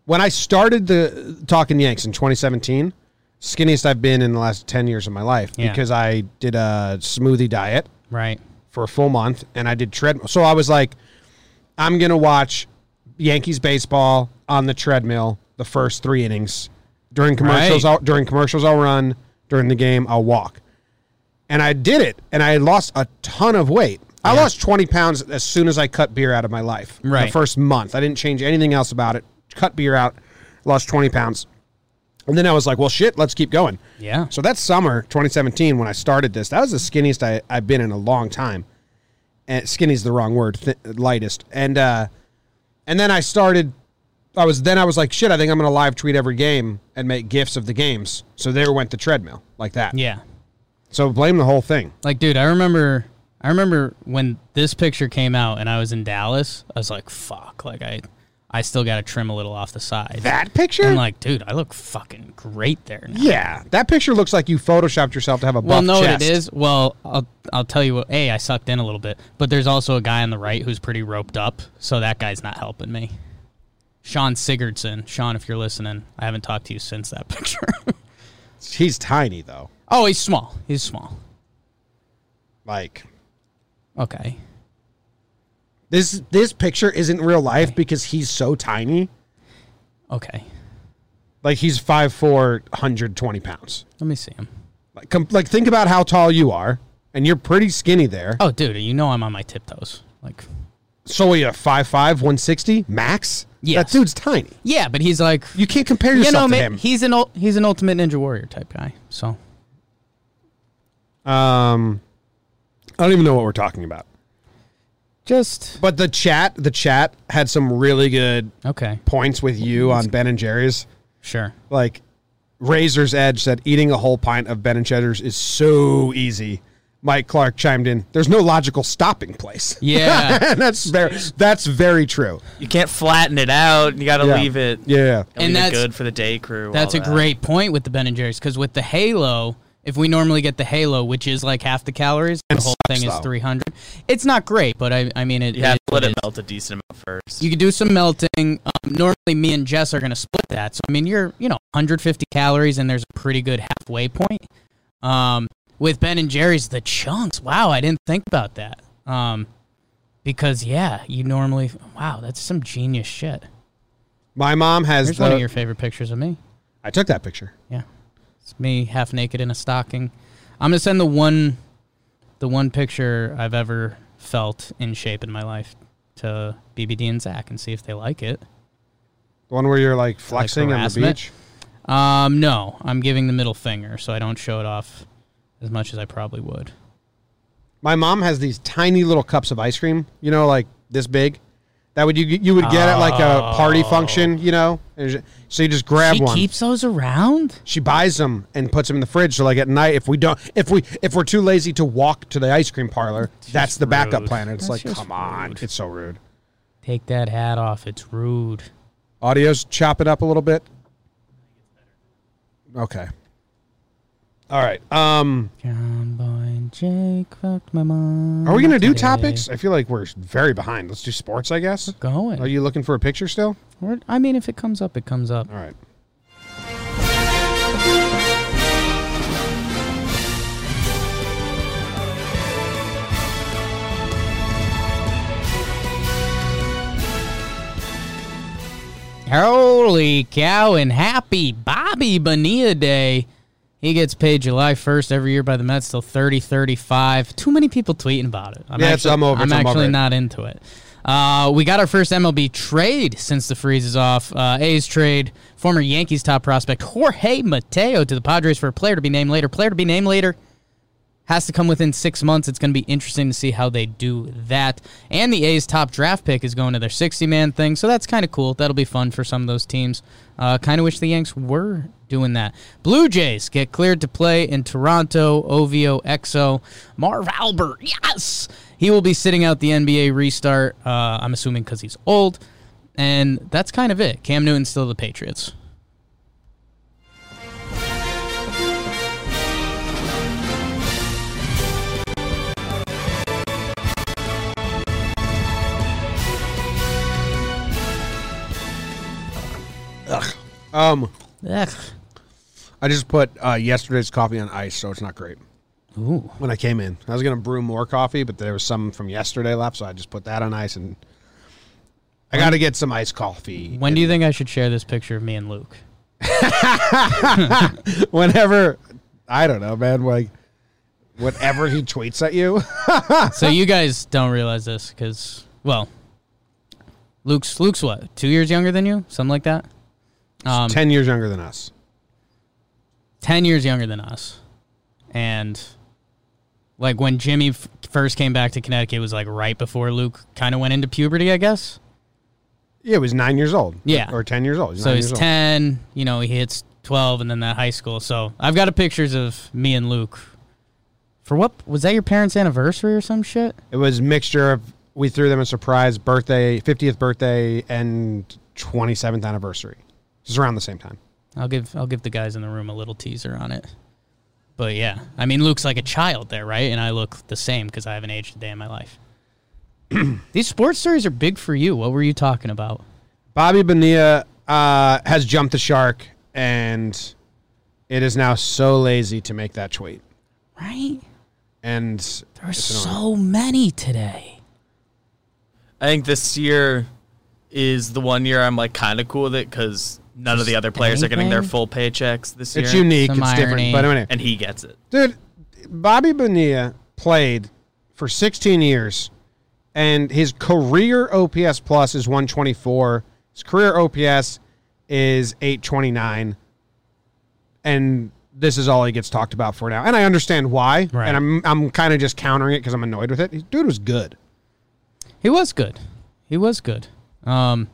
[SPEAKER 1] when I started the Talking Yanks in 2017, skinniest I've been in the last 10 years of my life
[SPEAKER 2] Yeah.
[SPEAKER 1] because I did a smoothie diet
[SPEAKER 2] Right.
[SPEAKER 1] for a full month and I did treadmill. So I was like, I'm going to watch Yankees baseball on the treadmill the first three innings. During commercials,
[SPEAKER 2] Right.
[SPEAKER 1] I'll, during commercials, I'll run. During the game, I'll walk. And I did it, and I lost a ton of weight. I lost 20 pounds as soon as I cut beer out of my life. The
[SPEAKER 2] Right.
[SPEAKER 1] first month. I didn't change anything else about it. Cut beer out, lost 20 pounds. And then I was like, well, shit, let's keep going.
[SPEAKER 2] Yeah.
[SPEAKER 1] So that summer, 2017, when I started this, that was the skinniest I, I've been in a long time. And skinny's the wrong word, th- lightest. And uh, and then I started. I was then I was like, shit, I think I'm gonna live tweet every game and make gifs of the games. So there went the treadmill like that.
[SPEAKER 2] Yeah.
[SPEAKER 1] So blame the whole thing.
[SPEAKER 2] Like, dude, I remember, I remember when this picture came out, and I was in Dallas. I was like, fuck, like I, I still got to trim a little off the side.
[SPEAKER 1] That picture?
[SPEAKER 2] I'm like, dude, I look fucking great there. Now.
[SPEAKER 1] yeah. That picture looks like you photoshopped yourself to have a buff
[SPEAKER 2] Well, no, what
[SPEAKER 1] chest.
[SPEAKER 2] it is. Well, I'll I'll tell you what. Hey, I sucked in a little bit, but there's also a guy on the right who's pretty roped up, so that guy's not helping me. Sean Sigurdson, Sean, if you're listening, I haven't talked to you since that (laughs) picture.
[SPEAKER 1] He's tiny though.
[SPEAKER 2] oh, he's small. He's small.
[SPEAKER 1] Like
[SPEAKER 2] Okay.
[SPEAKER 1] this this picture isn't real life because he's so tiny.
[SPEAKER 2] Okay.
[SPEAKER 1] Like he's 5'4", 120 pounds.
[SPEAKER 2] Let me see him.
[SPEAKER 1] Like com- like think about how tall you are, and you're pretty skinny there.
[SPEAKER 2] Oh, dude, you know I'm on my tiptoes. Like,
[SPEAKER 1] So what, you're 5'5", 160 max. Yeah,
[SPEAKER 2] Yes.
[SPEAKER 1] That dude's tiny.
[SPEAKER 2] yeah, but he's like,
[SPEAKER 1] You can't compare
[SPEAKER 2] you
[SPEAKER 1] yourself
[SPEAKER 2] know,
[SPEAKER 1] to
[SPEAKER 2] ma-
[SPEAKER 1] him.
[SPEAKER 2] he's an ul- he's an ultimate ninja warrior type guy. So
[SPEAKER 1] um, I don't even know what we're talking about.
[SPEAKER 2] just
[SPEAKER 1] But the chat, the chat had some really good
[SPEAKER 2] okay,
[SPEAKER 1] points with you on Ben and Jerry's.
[SPEAKER 2] sure.
[SPEAKER 1] Like Razor's Edge said, eating a whole pint of Ben and Cheddar's is so easy. Mike Clark chimed in. There's no logical stopping place.
[SPEAKER 2] Yeah.
[SPEAKER 1] and (laughs) that's very that's very true.
[SPEAKER 6] You can't flatten it out. You got to
[SPEAKER 1] Yeah.
[SPEAKER 6] leave it.
[SPEAKER 1] Yeah.
[SPEAKER 6] gotta
[SPEAKER 2] And
[SPEAKER 6] leave it
[SPEAKER 2] that's-
[SPEAKER 6] good for the day crew.
[SPEAKER 2] That's
[SPEAKER 6] all
[SPEAKER 2] a
[SPEAKER 6] that.
[SPEAKER 2] great point with the Ben and Jerry's because with the Halo, if we normally get the Halo, which is like half the calories, the whole
[SPEAKER 1] sucks,
[SPEAKER 2] thing is
[SPEAKER 1] though.
[SPEAKER 2] three hundred. It's not great, but I, I mean it.
[SPEAKER 6] You have
[SPEAKER 2] it-
[SPEAKER 6] to let
[SPEAKER 2] it
[SPEAKER 6] it
[SPEAKER 2] is.
[SPEAKER 6] melt a decent amount first.
[SPEAKER 2] You could do some melting. Um, normally, me and Jess are going to split that. So I mean, you're you know 150 calories, and there's a pretty good halfway point. Um, with Ben and Jerry's, the chunks. Wow, I didn't think about that. Um, because yeah, you normally wow, that's some genius shit.
[SPEAKER 1] My mom has
[SPEAKER 2] Here's one
[SPEAKER 1] the
[SPEAKER 2] of your favorite pictures of me.
[SPEAKER 1] I took that picture.
[SPEAKER 2] Yeah. It's me half naked in a stocking. I'm gonna send the one the one picture I've ever felt in shape in my life to BBD and Zach and see if they like it.
[SPEAKER 1] The one where you're like flexing on the
[SPEAKER 2] harassment?
[SPEAKER 1] beach.
[SPEAKER 2] Um no, I'm giving the middle finger, so I don't show it off as much as I probably would.
[SPEAKER 1] My mom has these tiny little cups of ice cream, you know, like this big. That would you you would get at like a party function, you know? And ju- So you just grab
[SPEAKER 2] She
[SPEAKER 1] one.
[SPEAKER 2] keeps those around?
[SPEAKER 1] she buys them and puts them in the fridge. So like at night, if we don't, if we if we're too lazy to walk to the ice cream parlor, that's the backup
[SPEAKER 2] rude.
[SPEAKER 1] plan. It's
[SPEAKER 2] That's
[SPEAKER 1] like,
[SPEAKER 2] just
[SPEAKER 1] come on,
[SPEAKER 2] rude.
[SPEAKER 1] it's so rude.
[SPEAKER 2] Take that hat off, it's rude.
[SPEAKER 1] Audio's chop it up a little bit. Okay. All right. Um,
[SPEAKER 2] John Boy and Jake fucked my mom.
[SPEAKER 1] are we gonna do
[SPEAKER 2] today.
[SPEAKER 1] topics? I feel like we're very behind. Let's do sports, I guess.
[SPEAKER 2] Going.
[SPEAKER 1] Are you looking for a picture still?
[SPEAKER 2] We're- I mean, if it comes up, it comes up.
[SPEAKER 1] All right.
[SPEAKER 2] Holy cow, and happy Bobby Bonilla Day. He gets paid July 1st every year by the Mets till 30 35. Too many people tweeting about it. I'm
[SPEAKER 1] Yeah, it's- I'm over it,
[SPEAKER 2] I'm
[SPEAKER 1] I'm over
[SPEAKER 2] actually
[SPEAKER 1] it.
[SPEAKER 2] not into it. Uh, we got our first MLB trade since the freeze is off. Uh, A's trade former Yankees top prospect Jorge Mateo to the Padres for a player to be named later. Player to be named later has to come within six months. It's going to be interesting to see how they do that. And the A's top draft pick is going to their 60 man thing, so that's kind of cool. That'll be fun for some of those teams. Uh, kind of wish the Yanks were doing that. Blue Jays get cleared to play in Toronto. Ovio Exo. Marv Albert, yes! He will be sitting out the NBA restart, uh, I'm assuming because he's old. And that's kind of it. Cam Newton's still the Patriots.
[SPEAKER 1] Um,
[SPEAKER 2] Ugh.
[SPEAKER 1] I just put uh, yesterday's coffee on ice, so it's not great.
[SPEAKER 2] Ooh.
[SPEAKER 1] When I came in, I was gonna brew more coffee, but there was some from yesterday left, so I just put that on ice, and I got to get some
[SPEAKER 2] (laughs)
[SPEAKER 1] iced coffee.
[SPEAKER 2] When do you think I should share this picture of me and Luke?
[SPEAKER 1] Whenever, I don't know, man. Like, whatever he tweets at you,
[SPEAKER 2] so you guys don't realize this because well luke's luke's what two years younger than you something like that um, ten.
[SPEAKER 1] ten years younger than us.
[SPEAKER 2] years younger than us and like when jimmy f- first came back to connecticut it was like right before luke kind of went into puberty i guess
[SPEAKER 1] Yeah, he was nine years old.
[SPEAKER 2] Yeah.
[SPEAKER 1] or ten years old. He's
[SPEAKER 2] so
[SPEAKER 1] nine
[SPEAKER 2] he's
[SPEAKER 1] years old.
[SPEAKER 2] 10 you know he hits 12 and then that high school so i've got a pictures of me and luke For what was that your parents' anniversary or some shit?
[SPEAKER 1] It was a mixture of we threw them a surprise birthday, 50th birthday, and 27th anniversary. Just around the same time.
[SPEAKER 2] I'll give I'll give the guys in the room a little teaser on it. But yeah, I mean, Luke's like a child there, right? And I look the same because I haven't aged a day in my (clears throat) life. These sports stories are big for you. What were you talking about?
[SPEAKER 1] Bobby Bonilla uh, has jumped the shark, and it is now so lazy to make that tweet.
[SPEAKER 2] Right?
[SPEAKER 1] And
[SPEAKER 2] There's
[SPEAKER 1] it's annoying.
[SPEAKER 2] so many today.
[SPEAKER 6] I think this year is the one year I'm like kind of cool with it because none of the other players are getting their
[SPEAKER 2] anything?
[SPEAKER 6] full paychecks this year.
[SPEAKER 1] it's unique,
[SPEAKER 2] Some
[SPEAKER 1] it's
[SPEAKER 2] irony.
[SPEAKER 1] different. But anyway,
[SPEAKER 6] and he gets it.
[SPEAKER 1] Dude, Bobby Bonilla played for 16 years, and his career OPS plus is 124. His career OPS is 829. And this is all he gets talked about for now. And I understand why.
[SPEAKER 2] Right.
[SPEAKER 1] And I'm, I'm kind of just countering it because I'm annoyed with it. Dude was good.
[SPEAKER 2] He was good. He was good. Um,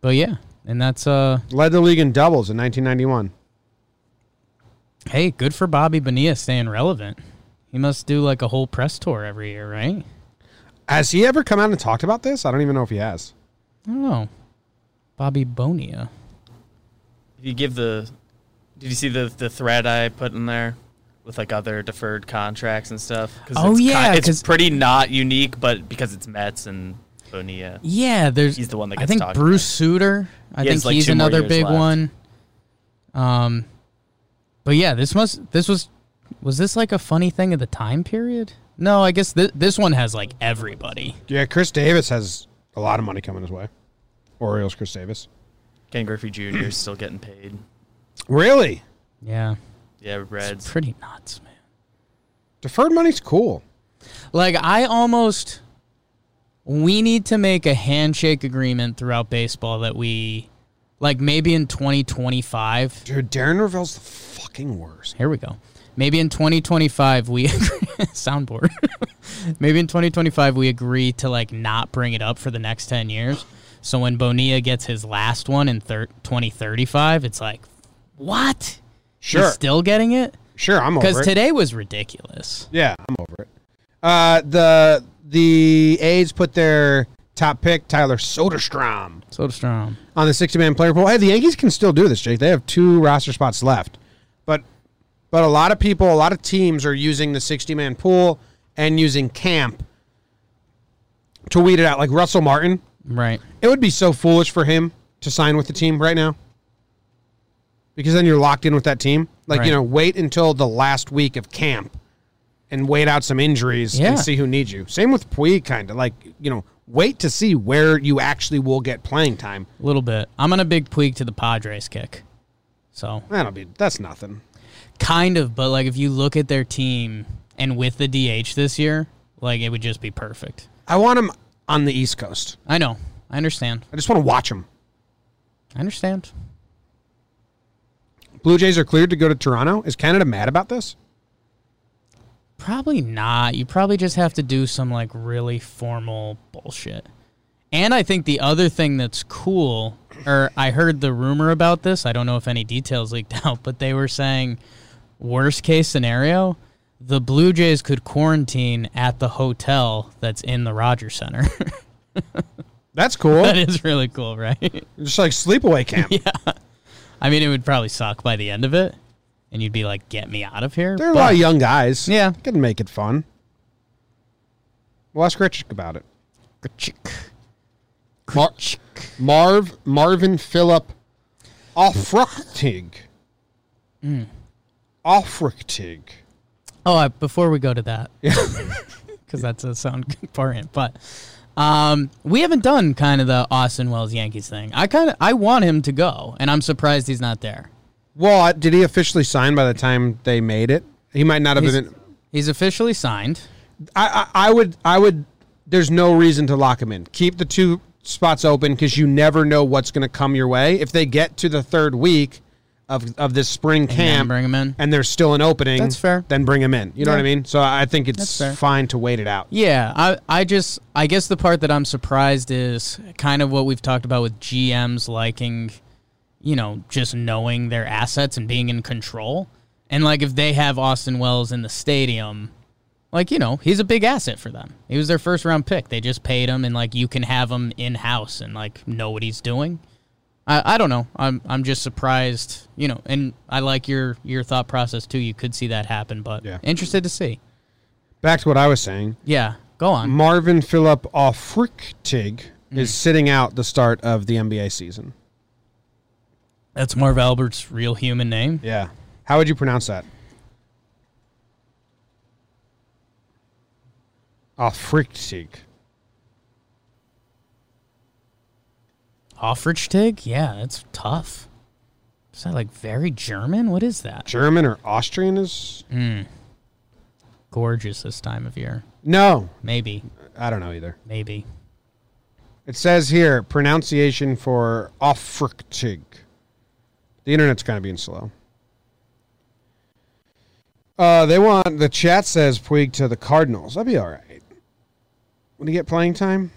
[SPEAKER 2] but yeah, and that's uh,
[SPEAKER 1] Led the league in doubles in 1991.
[SPEAKER 2] hey, good for Bobby Bonilla staying relevant. He must do like a whole press tour every year, right?
[SPEAKER 1] Has he ever come out and talked about this? I don't even know if he has.
[SPEAKER 2] I don't know. Bobby Bonilla.
[SPEAKER 6] If you give the, did you see the the thread I put in there with like other deferred contracts and stuff? 'Cause
[SPEAKER 2] Oh,
[SPEAKER 6] it's ki-
[SPEAKER 2] yeah, 'cause-
[SPEAKER 6] it's pretty not unique, but because it's Mets and Bonilla,
[SPEAKER 2] Yeah, there's.
[SPEAKER 6] He's the one that
[SPEAKER 2] I
[SPEAKER 6] gets
[SPEAKER 2] think
[SPEAKER 6] talked
[SPEAKER 2] Bruce Suter. I
[SPEAKER 6] He has,
[SPEAKER 2] think
[SPEAKER 6] like,
[SPEAKER 2] he's
[SPEAKER 6] two more
[SPEAKER 2] another
[SPEAKER 6] years
[SPEAKER 2] big
[SPEAKER 6] left.
[SPEAKER 2] one. Um, but yeah, this must. This was. Was this like a funny thing of the time period? No, I guess th- this one has like everybody.
[SPEAKER 1] Yeah, Chris Davis has a lot of money coming his way. Orioles, Chris Davis.
[SPEAKER 6] Ken Griffey Jr. is still getting paid.
[SPEAKER 1] Really?
[SPEAKER 2] Yeah,
[SPEAKER 6] Yeah,
[SPEAKER 2] it's
[SPEAKER 6] Reds.
[SPEAKER 2] pretty nuts, man.
[SPEAKER 1] Deferred money's cool.
[SPEAKER 2] Like I almost we need to make a handshake agreement throughout baseball that we like maybe in 2025.
[SPEAKER 1] Dude, Darren Ravel's the fucking worst.
[SPEAKER 2] Here we go. Maybe in 2025 we (laughs) soundboard. (laughs) maybe in 2025 we agree to like not bring it up for the next 10 years. So when Bonilla gets his last one in thir- 2035, it's like what?
[SPEAKER 1] Sure,
[SPEAKER 2] He's still getting it?
[SPEAKER 1] sure, I'm over
[SPEAKER 2] Cuz
[SPEAKER 1] it.
[SPEAKER 2] today was ridiculous.
[SPEAKER 1] yeah, I'm over it. Uh, the the A's put their top pick Tyler Soderstrom
[SPEAKER 2] So strong.
[SPEAKER 1] on the 60 man player pool. Hey, the Yankees can still do this, Jake. They have two roster spots left, but but a lot of people, a lot of teams are using the 60 man pool and using camp to weed it out. Like Russell Martin,
[SPEAKER 2] Right.
[SPEAKER 1] It would be so foolish for him to sign with the team right now. Because then you're locked in with that team. Like,
[SPEAKER 2] Right.
[SPEAKER 1] you know, wait until the last week of camp and wait out some injuries
[SPEAKER 2] Yeah.
[SPEAKER 1] and see who needs you. Same with Puig, kind of. Like, you know, wait to see where you actually will get playing time.
[SPEAKER 2] A little bit. I'm on a big Puig to the Padres kick. So
[SPEAKER 1] That'll be, that's nothing.
[SPEAKER 2] kind of, but like if you look at their team and with the DH this year, like it would just be perfect.
[SPEAKER 1] I want him on the East Coast.
[SPEAKER 2] I know. I understand.
[SPEAKER 1] I just want to watch him.
[SPEAKER 2] I understand.
[SPEAKER 1] Blue Jays are cleared to go to Toronto. Is Canada mad about this?
[SPEAKER 2] Probably not. You probably just have to do some like really formal bullshit. And I think the other thing that's cool, or I heard the rumor about this. I don't know if any details leaked (laughs) out, but they were saying worst case scenario, the Blue Jays could quarantine at the hotel that's in the Rogers Center. (laughs)
[SPEAKER 1] That's cool.
[SPEAKER 2] that is really cool, right? (laughs)
[SPEAKER 1] just like sleepaway camp.
[SPEAKER 2] I mean, it would probably suck by the end of it, and you'd be like, "Get me out of here."
[SPEAKER 1] There are a
[SPEAKER 2] but-
[SPEAKER 1] lot of young guys.
[SPEAKER 2] Yeah.
[SPEAKER 1] Can make it fun. Well, ask Rich about it. Mar- Marv Marvin Philip Ofruchtig.
[SPEAKER 2] Mm.
[SPEAKER 1] Ofruchtig.
[SPEAKER 2] Oh, I, before we go to that, (laughs) because that's a sound (laughs) important. But um, we haven't done kind of the Austin Wells Yankees thing. I kind of I want him to go, and I'm surprised he's not there.
[SPEAKER 1] Well, I- did he officially sign by the time they made it? He might not have
[SPEAKER 2] He's,
[SPEAKER 1] been.
[SPEAKER 2] he's officially signed.
[SPEAKER 1] I, I, I would. I would. There's no reason to lock him in. Keep the two spots open because you never know what's going to come your way. If they get to the third week of of this spring
[SPEAKER 2] then
[SPEAKER 1] camp,
[SPEAKER 2] bring him in.
[SPEAKER 1] and there's still an opening.
[SPEAKER 2] That's fair.
[SPEAKER 1] Then bring him in. You know
[SPEAKER 2] Yeah.
[SPEAKER 1] what I mean? So I think
[SPEAKER 2] That's
[SPEAKER 1] it's
[SPEAKER 2] fair.
[SPEAKER 1] fine to wait it out.
[SPEAKER 2] Yeah, I I just I guess the part that I'm surprised is kind of what we've talked about with GMs liking, you know, just knowing their assets and being in control. And like if they have Austin Wells in the stadium, Like, you know, he's a big asset for them. He was their first round pick. They just paid him and like you can have him in house and like know what he's doing. I, I don't know. I'm I'm just surprised, you know, and I like your your thought process too. You could see that happen, but
[SPEAKER 1] Yeah.
[SPEAKER 2] interested to see.
[SPEAKER 1] Back to what I was saying.
[SPEAKER 2] Yeah, go on.
[SPEAKER 1] Marvin Philip Afriktig
[SPEAKER 2] Mm.
[SPEAKER 1] is sitting out the start of the NBA season.
[SPEAKER 2] That's Marv Albert's real human name.
[SPEAKER 1] Yeah. How would you pronounce that? Afriktig.
[SPEAKER 2] Hofrichtig? Yeah, that's tough. Is that like very German? What is that?
[SPEAKER 1] German or Austrian is?
[SPEAKER 2] Gorgeous this time of year.
[SPEAKER 1] No,
[SPEAKER 2] Maybe,
[SPEAKER 1] I don't know either.
[SPEAKER 2] maybe.
[SPEAKER 1] It says here pronunciation for Afriktig. The internet's kind of being slow. Uh, they want the chat says Puig to the Cardinals. That'd be all right. When he get playing time,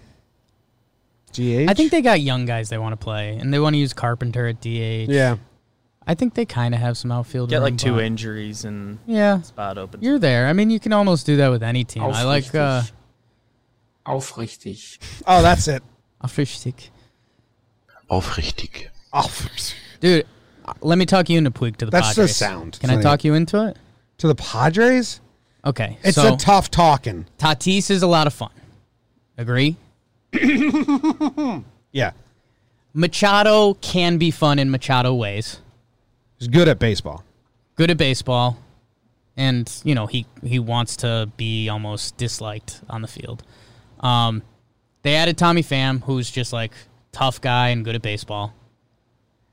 [SPEAKER 1] DH.
[SPEAKER 2] I think they got young guys they want to play, and they want to use Carpenter at DH.
[SPEAKER 1] yeah.
[SPEAKER 2] I think they kind of have some outfield.
[SPEAKER 6] Get like
[SPEAKER 2] room,
[SPEAKER 6] two
[SPEAKER 2] but-
[SPEAKER 6] injuries and
[SPEAKER 2] Yeah,
[SPEAKER 6] spot open.
[SPEAKER 2] you're there. I mean, you can almost do that with any team. I like uh,
[SPEAKER 7] Aufrichtig.
[SPEAKER 1] Oh, that's it.
[SPEAKER 2] Hofrichtig.
[SPEAKER 8] Aufrichtig.
[SPEAKER 1] Off
[SPEAKER 2] Dude, uh, let me talk you into Puig to the
[SPEAKER 1] That's the
[SPEAKER 2] Padres.
[SPEAKER 1] sound.
[SPEAKER 2] Can I talk you into it?
[SPEAKER 1] to the Padres.
[SPEAKER 2] Okay.
[SPEAKER 1] It's
[SPEAKER 2] so
[SPEAKER 1] a tough talking.
[SPEAKER 2] Tatis is a lot of fun. Agree?
[SPEAKER 1] Yeah,
[SPEAKER 2] Machado can be fun in Machado ways.
[SPEAKER 1] he's good at baseball.
[SPEAKER 2] good at baseball, and you know he he wants to be almost disliked on the field. Um, they added Tommy Pham, who's just like tough guy and good at baseball.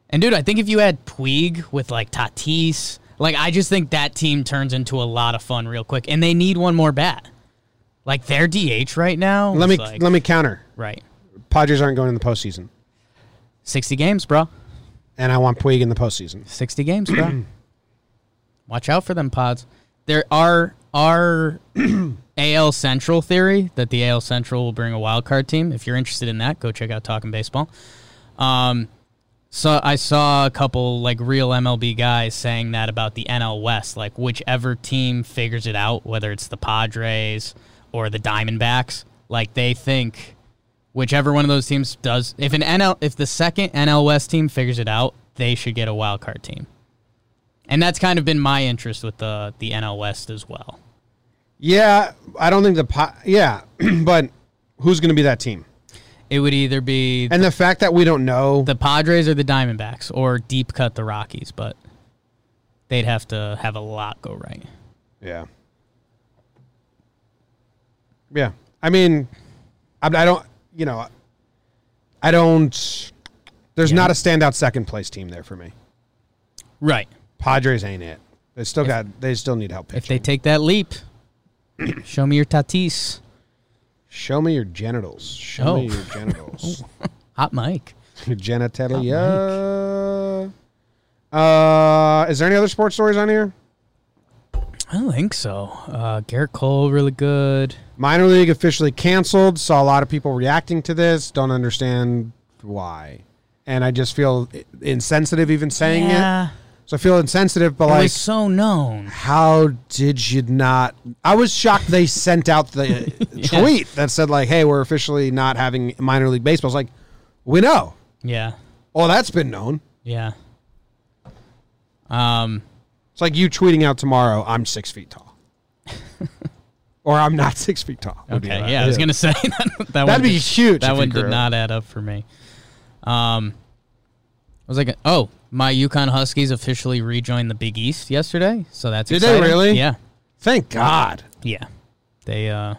[SPEAKER 2] And dude, I think if you add Puig with like Tatis, like I just think that team turns into a lot of fun real quick, and they need one more bat. Like their DH right now.
[SPEAKER 1] Let
[SPEAKER 2] is,
[SPEAKER 1] me
[SPEAKER 2] like,
[SPEAKER 1] let me counter.
[SPEAKER 2] right
[SPEAKER 1] Padres aren't going in the postseason,
[SPEAKER 2] sixty games, bro.
[SPEAKER 1] and I want Puig in the postseason.
[SPEAKER 2] 60 games, bro. (clears throat) Watch out for them pods. There are our AL Central theory that the AL Central will bring a wild card team. If you're interested in that, go check out Talking Baseball. Um, so I saw a couple like real MLB guys saying that about the NL West, like whichever team figures it out, whether it's the Padres or the Diamondbacks, like they think whichever one of those teams does if an NL if the second NL West team figures it out, they should get a wild card team. And that's kind of been my interest with the the NL West as well.
[SPEAKER 1] Yeah, I don't think the pa- yeah, (clears throat) but who's going to be that team?
[SPEAKER 2] It would either be
[SPEAKER 1] And the fact that we don't know,
[SPEAKER 2] the Padres or the Diamondbacks or deep cut the Rockies, but they'd have to have a lot go right.
[SPEAKER 1] yeah, yeah. I mean, I, I don't, you know, I don't. There's not a standout second place team there for me.
[SPEAKER 2] Right.
[SPEAKER 1] Padres ain't it. They still got. They still need help.
[SPEAKER 2] If
[SPEAKER 1] Pitching.
[SPEAKER 2] they take that leap, (coughs) show me your Tatis.
[SPEAKER 1] Show me your genitals. Show
[SPEAKER 2] Oh.
[SPEAKER 1] me your genitals.
[SPEAKER 2] (laughs) Hot Mike.
[SPEAKER 1] Your genitalia. Uh, is there any other sports stories on here?
[SPEAKER 2] I don't think so. Uh, Garrett Cole, really good.
[SPEAKER 1] Minor league officially canceled. Saw a lot of people reacting to this. Don't understand why. And I just feel i- insensitive even saying it. So I feel insensitive, but
[SPEAKER 2] It
[SPEAKER 1] like,
[SPEAKER 2] was so known.
[SPEAKER 1] how did you not? I was shocked they sent out the
[SPEAKER 2] (laughs)
[SPEAKER 1] tweet that said, like, hey, we're officially not having minor league baseball. It's like, we know.
[SPEAKER 2] Yeah.
[SPEAKER 1] Oh, that's been known.
[SPEAKER 2] Yeah. Um.
[SPEAKER 1] It's like you tweeting out tomorrow, I'm six feet
[SPEAKER 2] (laughs)
[SPEAKER 1] tall. or I'm not six feet tall. would be
[SPEAKER 2] Okay.
[SPEAKER 1] right.
[SPEAKER 2] Yeah, I was gonna say (laughs) that. that one
[SPEAKER 1] That'd be
[SPEAKER 2] did-
[SPEAKER 1] huge if
[SPEAKER 2] That
[SPEAKER 1] you
[SPEAKER 2] one did
[SPEAKER 1] grew.
[SPEAKER 2] not add up for me. Um, I was like, oh, my Yukon Huskies officially rejoined the Big East yesterday, so that's
[SPEAKER 1] Did they
[SPEAKER 2] exciting.
[SPEAKER 1] really?
[SPEAKER 2] Yeah.
[SPEAKER 1] Thank God.
[SPEAKER 2] Yeah. They. Uh.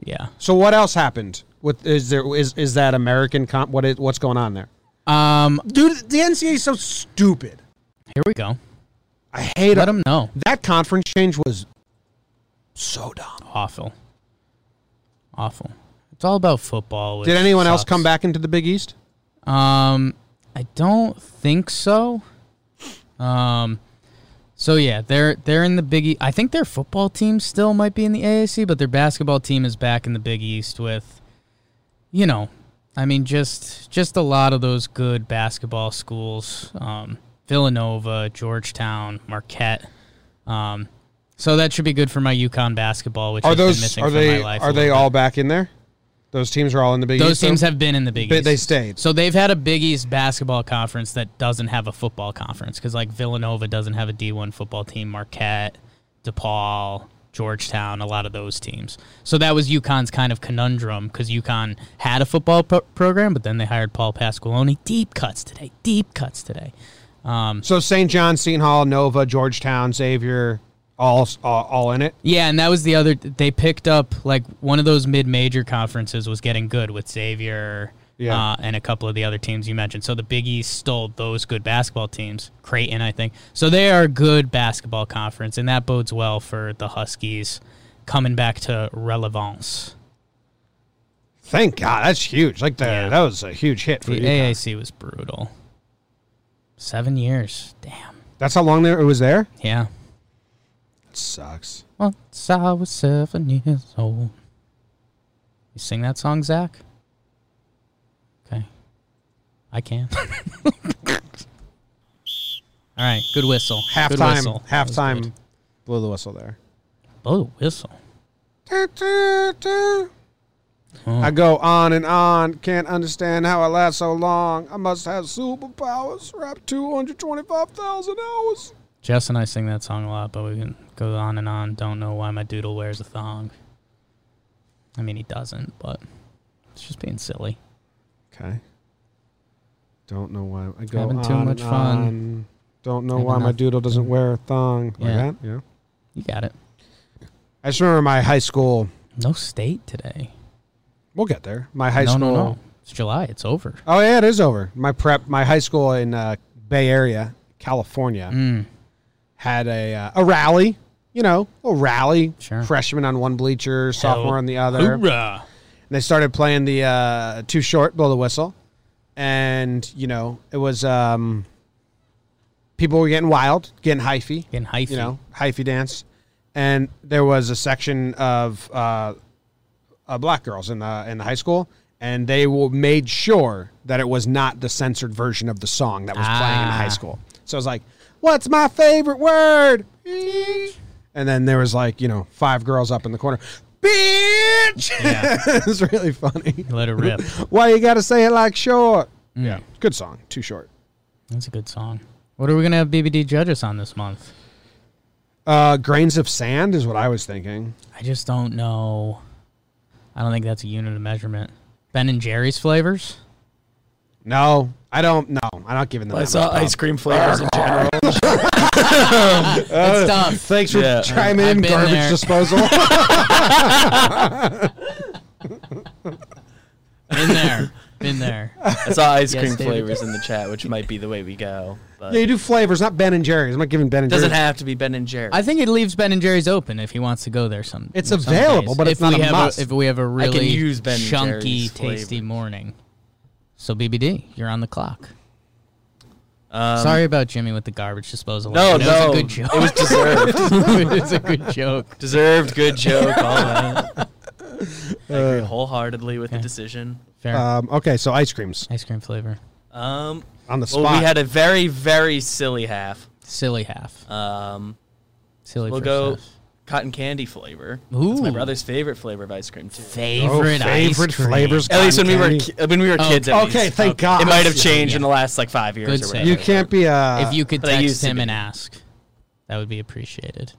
[SPEAKER 2] Yeah.
[SPEAKER 1] So what else happened? With is there is is that American comp what is what's going on there?
[SPEAKER 2] Um.
[SPEAKER 1] Dude, the NCAA is so stupid.
[SPEAKER 2] Here we go.
[SPEAKER 1] I hate
[SPEAKER 2] Let
[SPEAKER 1] it.
[SPEAKER 2] them know.
[SPEAKER 1] That conference change was so dumb.
[SPEAKER 2] Awful. Awful. It's all about football. which
[SPEAKER 1] Did anyone else
[SPEAKER 2] sucks.
[SPEAKER 1] come back into the Big East?
[SPEAKER 2] Um, I don't think so. Um, so yeah, they're they're in the Big. E- I think their football team still might be in the AAC, but their basketball team is back in the Big East with, you know, I mean just just a lot of those good basketball schools. Um, Villanova, Georgetown, Marquette. Um, So that should be good for my Yukon basketball, which
[SPEAKER 1] Are
[SPEAKER 2] I've been
[SPEAKER 1] those
[SPEAKER 2] missing
[SPEAKER 1] are
[SPEAKER 2] from
[SPEAKER 1] they
[SPEAKER 2] my life. a
[SPEAKER 1] are they
[SPEAKER 2] little bit.
[SPEAKER 1] all back in there? Those teams are all in the Big
[SPEAKER 2] Those
[SPEAKER 1] East, though?
[SPEAKER 2] teams have been in the Big
[SPEAKER 1] But
[SPEAKER 2] East.
[SPEAKER 1] they stayed.
[SPEAKER 2] So they've had a Big East basketball conference that doesn't have a football conference because like Villanova doesn't have a D1 football team, Marquette, DePaul, Georgetown, a lot of those teams. So that was UConn's kind of conundrum because UConn had a football pro- program, but then they hired Paul Pasqualoni. Deep cuts today. Deep cuts today.
[SPEAKER 1] So St. John, Seton Hall, Nova, Georgetown, Xavier, all all, all in it.
[SPEAKER 2] Yeah, and that was the other. They picked up like one of those mid-major conferences was getting good with Xavier,
[SPEAKER 1] Yeah.
[SPEAKER 2] uh, and a couple of the other teams you mentioned. So the Big East stole those good basketball teams, Creighton, I think. So they are a good basketball conference, and that bodes well for the Huskies coming back to relevance.
[SPEAKER 1] Thank God, that's huge. Like the,
[SPEAKER 2] Yeah.
[SPEAKER 1] that was a huge hit for
[SPEAKER 2] The
[SPEAKER 1] you.
[SPEAKER 2] AAC was brutal. Seven years, damn.
[SPEAKER 1] That's how long there it was there.
[SPEAKER 2] Yeah.
[SPEAKER 1] It sucks.
[SPEAKER 2] Once I was seven years old. You sing that song, Zach? Okay. I can. (laughs) All right. Good whistle. Good whistle.
[SPEAKER 1] Halftime,
[SPEAKER 2] That was
[SPEAKER 1] halftime,
[SPEAKER 2] good.
[SPEAKER 1] blew the whistle there.
[SPEAKER 2] Blow the whistle.
[SPEAKER 1] I go on and on. Can't understand how I last so long. I must have superpowers. Rap 225,000 hours.
[SPEAKER 2] Jess and I sing that song a lot, but we can go on and on. Don't know why my doodle wears a thong. I mean, he doesn't, but it's just being silly.
[SPEAKER 1] Okay. Don't know why I go
[SPEAKER 2] Having
[SPEAKER 1] on
[SPEAKER 2] too much
[SPEAKER 1] and
[SPEAKER 2] fun.
[SPEAKER 1] on. Don't know
[SPEAKER 2] Having
[SPEAKER 1] why my
[SPEAKER 2] noth-
[SPEAKER 1] doodle doesn't wear a thong. Like
[SPEAKER 2] Yeah.
[SPEAKER 1] that? Yeah.
[SPEAKER 2] You got it.
[SPEAKER 1] I just remember my high school.
[SPEAKER 2] No state today.
[SPEAKER 1] We'll get there. My high
[SPEAKER 2] no,
[SPEAKER 1] school.
[SPEAKER 2] no, no. It's July. It's over.
[SPEAKER 1] Oh yeah, it is over. My prep, my high school in uh, Bay Area, California,
[SPEAKER 2] Mm.
[SPEAKER 1] had a uh, a rally. You know, a rally.
[SPEAKER 2] Sure.
[SPEAKER 1] Freshman on one bleacher, sophomore on the other.
[SPEAKER 2] Hoorah.
[SPEAKER 1] And they started playing the uh, "Too Short," "Blow the Whistle," and you know, it was um, people were getting wild, getting hyphy,
[SPEAKER 2] Getting hyphy.
[SPEAKER 1] you know, hyphy dance. And there was a section of uh, uh, black girls in the in the high school, and they will, made sure that it was not the censored version of the song that was playing in high
[SPEAKER 2] Ah.
[SPEAKER 1] school. So I was like, "What's my favorite word?" And then there was like you know five girls up in the corner. Bitch! (laughs)
[SPEAKER 2] Yeah.
[SPEAKER 1] it was really funny.
[SPEAKER 2] Let it rip. Mm.
[SPEAKER 1] Why you gotta say it like short? (laughs) Yeah, good song. Too short.
[SPEAKER 2] That's a good song. What are we gonna have BBD judges on this month?
[SPEAKER 1] Uh, grains of sand is what I was thinking.
[SPEAKER 2] I just don't know. I don't think that's a unit of measurement. Ben and Jerry's flavors.
[SPEAKER 1] No, I don't. No, I'm not giving them.
[SPEAKER 6] I
[SPEAKER 1] that
[SPEAKER 6] saw
[SPEAKER 1] much love.
[SPEAKER 6] ice cream flavors in general.
[SPEAKER 2] It's
[SPEAKER 1] (laughs)
[SPEAKER 2] tough.
[SPEAKER 1] Thanks for
[SPEAKER 6] Yeah.
[SPEAKER 1] chiming
[SPEAKER 2] I've
[SPEAKER 1] in,
[SPEAKER 2] been
[SPEAKER 1] garbage
[SPEAKER 2] there.
[SPEAKER 1] disposal.
[SPEAKER 6] (laughs)
[SPEAKER 2] Been there. Been there.
[SPEAKER 6] I saw ice
[SPEAKER 2] Yes,
[SPEAKER 6] cream
[SPEAKER 2] David.
[SPEAKER 6] flavors in the chat, which might be the way we go. But
[SPEAKER 1] yeah, you do flavors, not Ben and Jerry's. I'm not giving Ben and
[SPEAKER 6] doesn't
[SPEAKER 1] Jerry's.
[SPEAKER 6] have to be Ben and Jerry.
[SPEAKER 2] I think it leaves Ben and Jerry's open if he wants to go there some.
[SPEAKER 1] It's
[SPEAKER 2] some
[SPEAKER 1] available,
[SPEAKER 2] days.
[SPEAKER 1] but
[SPEAKER 2] if
[SPEAKER 1] it's not
[SPEAKER 2] we
[SPEAKER 1] a
[SPEAKER 2] have
[SPEAKER 1] must.
[SPEAKER 2] if we have a
[SPEAKER 6] can
[SPEAKER 2] really
[SPEAKER 6] use Ben and
[SPEAKER 2] chunky,
[SPEAKER 6] Jerry's flavors.
[SPEAKER 2] tasty morning. So BBD, you're on the clock.
[SPEAKER 6] Um,
[SPEAKER 2] Sorry about Jimmy with the garbage disposal.
[SPEAKER 6] No,
[SPEAKER 2] it
[SPEAKER 6] no,
[SPEAKER 2] was a good joke. (laughs)
[SPEAKER 6] it was (laughs) deserved.
[SPEAKER 2] it was a good joke.
[SPEAKER 6] deserved. Good joke. All that. I agree wholeheartedly with
[SPEAKER 2] yeah.
[SPEAKER 6] the decision.
[SPEAKER 2] Fair.
[SPEAKER 1] Um, okay, so ice creams
[SPEAKER 2] Ice cream flavor.
[SPEAKER 6] Um,
[SPEAKER 1] on the spot.
[SPEAKER 6] well, we had a very, very silly half.
[SPEAKER 2] Silly half.
[SPEAKER 6] Um,
[SPEAKER 2] Silly
[SPEAKER 6] we'll
[SPEAKER 2] first
[SPEAKER 6] go
[SPEAKER 2] half.
[SPEAKER 6] cotton candy flavor. That's my
[SPEAKER 2] Ooh.
[SPEAKER 6] brother's favorite flavor of ice cream too.
[SPEAKER 1] Oh,
[SPEAKER 2] Favorite, ice
[SPEAKER 1] favorite
[SPEAKER 2] cream.
[SPEAKER 1] flavors.
[SPEAKER 6] At least when we were
[SPEAKER 1] Candy.
[SPEAKER 6] ki- when we were
[SPEAKER 2] Oh,
[SPEAKER 6] kids. At
[SPEAKER 1] okay,
[SPEAKER 6] least.
[SPEAKER 1] thank God.
[SPEAKER 6] It might have changed in
[SPEAKER 2] Yeah.
[SPEAKER 6] the last like five years
[SPEAKER 2] Good
[SPEAKER 6] or
[SPEAKER 2] save.
[SPEAKER 6] whatever.
[SPEAKER 1] You can't be uh, a.
[SPEAKER 2] If you could
[SPEAKER 6] Uh, But I used
[SPEAKER 2] text
[SPEAKER 6] to
[SPEAKER 2] him
[SPEAKER 6] be.
[SPEAKER 2] and ask, that would be appreciated.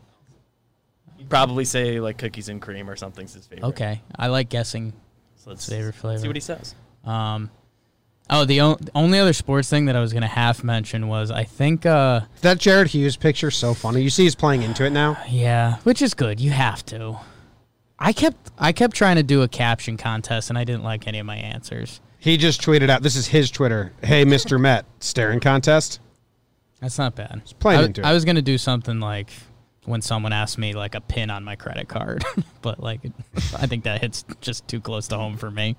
[SPEAKER 6] probably say like cookies and cream or something's his favorite.
[SPEAKER 2] Okay, I like guessing.
[SPEAKER 6] so let's
[SPEAKER 2] favorite flavor.
[SPEAKER 6] See what he says.
[SPEAKER 2] Um, oh, the o- only other sports thing that I was gonna half mention was I think, uh,
[SPEAKER 1] that Jared Hughes picture so funny. You see, he's playing into it now.
[SPEAKER 2] yeah, which is good. You have to. I kept I kept trying to do a caption contest and I didn't like any of my answers.
[SPEAKER 1] He just tweeted out. This is his Twitter. Hey, Mister Met, staring contest.
[SPEAKER 2] That's not bad. It's
[SPEAKER 1] playing
[SPEAKER 2] I,
[SPEAKER 1] into it.
[SPEAKER 2] I was gonna do something like when someone asked me like a pin on my credit card, (laughs) but like I think that hits just too close to home for me.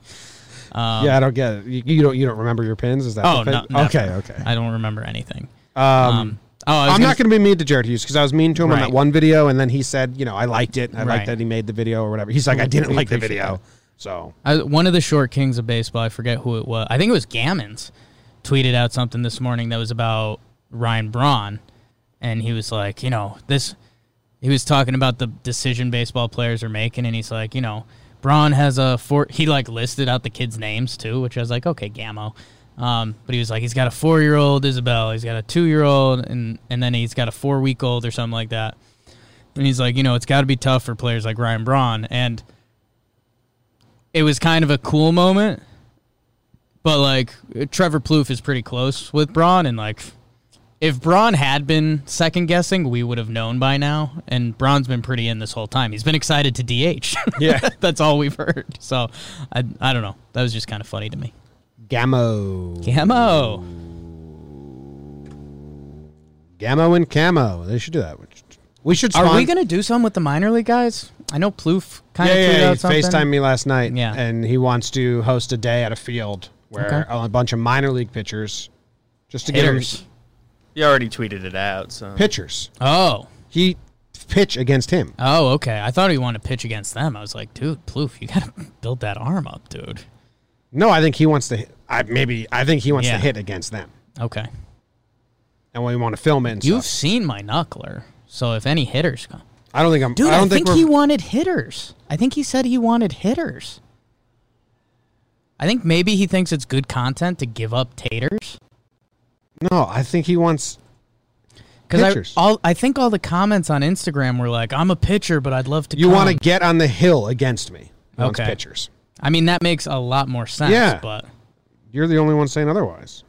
[SPEAKER 1] yeah, I don't get it. You, you don't. You don't remember your pins? Is that?
[SPEAKER 2] Oh,
[SPEAKER 1] the
[SPEAKER 2] no,
[SPEAKER 1] thing?
[SPEAKER 2] never.
[SPEAKER 1] Okay. Okay.
[SPEAKER 2] I don't remember anything.
[SPEAKER 1] Um,
[SPEAKER 2] Um, oh, I was
[SPEAKER 1] I'm
[SPEAKER 2] gonna
[SPEAKER 1] not going to be mean to Jared Hughes because I was mean to him on
[SPEAKER 2] Right.
[SPEAKER 1] that one video, and then he said, you know, I liked it. I liked
[SPEAKER 2] Right.
[SPEAKER 1] that he made the video or whatever. He's like, I didn't
[SPEAKER 2] we
[SPEAKER 1] like the
[SPEAKER 2] appreciate
[SPEAKER 1] video.
[SPEAKER 2] that.
[SPEAKER 1] So
[SPEAKER 2] I, one of the short kings of baseball, I forget who it was. I think it was Gammons, tweeted out something this morning that was about Ryan Braun, and he was like, you know, this he was talking about the decision baseball players are making, and he's like, you know, Braun has a four. He like listed out the kids' names too, which I was like, okay, Gammo. Um, but he was like, he's got a four-year-old Isabel, he's got a two-year-old, and and then he's got a four-week-old or something like that. And he's like, you know, it's got to be tough for players like Ryan Braun, and it was kind of a cool moment. But like Trevor Plouffe is pretty close with Braun, and like if Braun had been second guessing, we would have known by now. And Braun's been pretty in this whole time. He's been excited to (laughs) DH.
[SPEAKER 1] Yeah.
[SPEAKER 2] that's all we've heard. So I I don't know. That was just kind of funny to me.
[SPEAKER 1] Gammo.
[SPEAKER 2] Camo.
[SPEAKER 1] Gammo and Camo. They should do that. We should.
[SPEAKER 2] Are we
[SPEAKER 1] spon-
[SPEAKER 2] gonna do something with the minor league guys? I know Plouffe kind
[SPEAKER 1] Yeah,
[SPEAKER 2] of
[SPEAKER 1] yeah,
[SPEAKER 2] tweeted
[SPEAKER 1] yeah. He
[SPEAKER 2] out something.
[SPEAKER 1] Facetime me last night.
[SPEAKER 2] Yeah.
[SPEAKER 1] and he wants to host a day at a field where
[SPEAKER 2] Okay.
[SPEAKER 1] a bunch of minor league pitchers, just to get
[SPEAKER 2] hitters.
[SPEAKER 1] them
[SPEAKER 6] You already tweeted it out, so
[SPEAKER 1] pitchers.
[SPEAKER 2] Oh.
[SPEAKER 1] He pitch against him.
[SPEAKER 2] Oh, okay. I thought he wanted to pitch against them. I was like, dude, Plouffe, you gotta build that arm up, dude.
[SPEAKER 1] No, I think he wants to. hit- I maybe I think he wants
[SPEAKER 2] Yeah.
[SPEAKER 1] to hit against them,
[SPEAKER 2] Okay.
[SPEAKER 1] and we want to film it. And
[SPEAKER 2] You've
[SPEAKER 1] stuff.
[SPEAKER 2] seen my knuckler. So if any hitters come
[SPEAKER 1] I don't think I'm.
[SPEAKER 2] Dude,
[SPEAKER 1] I
[SPEAKER 2] I,
[SPEAKER 1] don't
[SPEAKER 2] think,
[SPEAKER 1] we're,
[SPEAKER 2] he wanted hitters. I think he said he wanted hitters. I think maybe he thinks it's good content to give up taters.
[SPEAKER 1] No, I think he wants.
[SPEAKER 2] Because
[SPEAKER 1] Pitchers.
[SPEAKER 2] I, all- I think all the comments on Instagram were like, "I'm a pitcher, but I'd love to."
[SPEAKER 1] You want to
[SPEAKER 2] come."
[SPEAKER 1] get on the hill against me. He wants
[SPEAKER 2] Okay.
[SPEAKER 1] pitchers.
[SPEAKER 2] I mean, that makes a lot more sense.
[SPEAKER 1] Yeah.
[SPEAKER 2] But
[SPEAKER 1] You're the only one saying otherwise.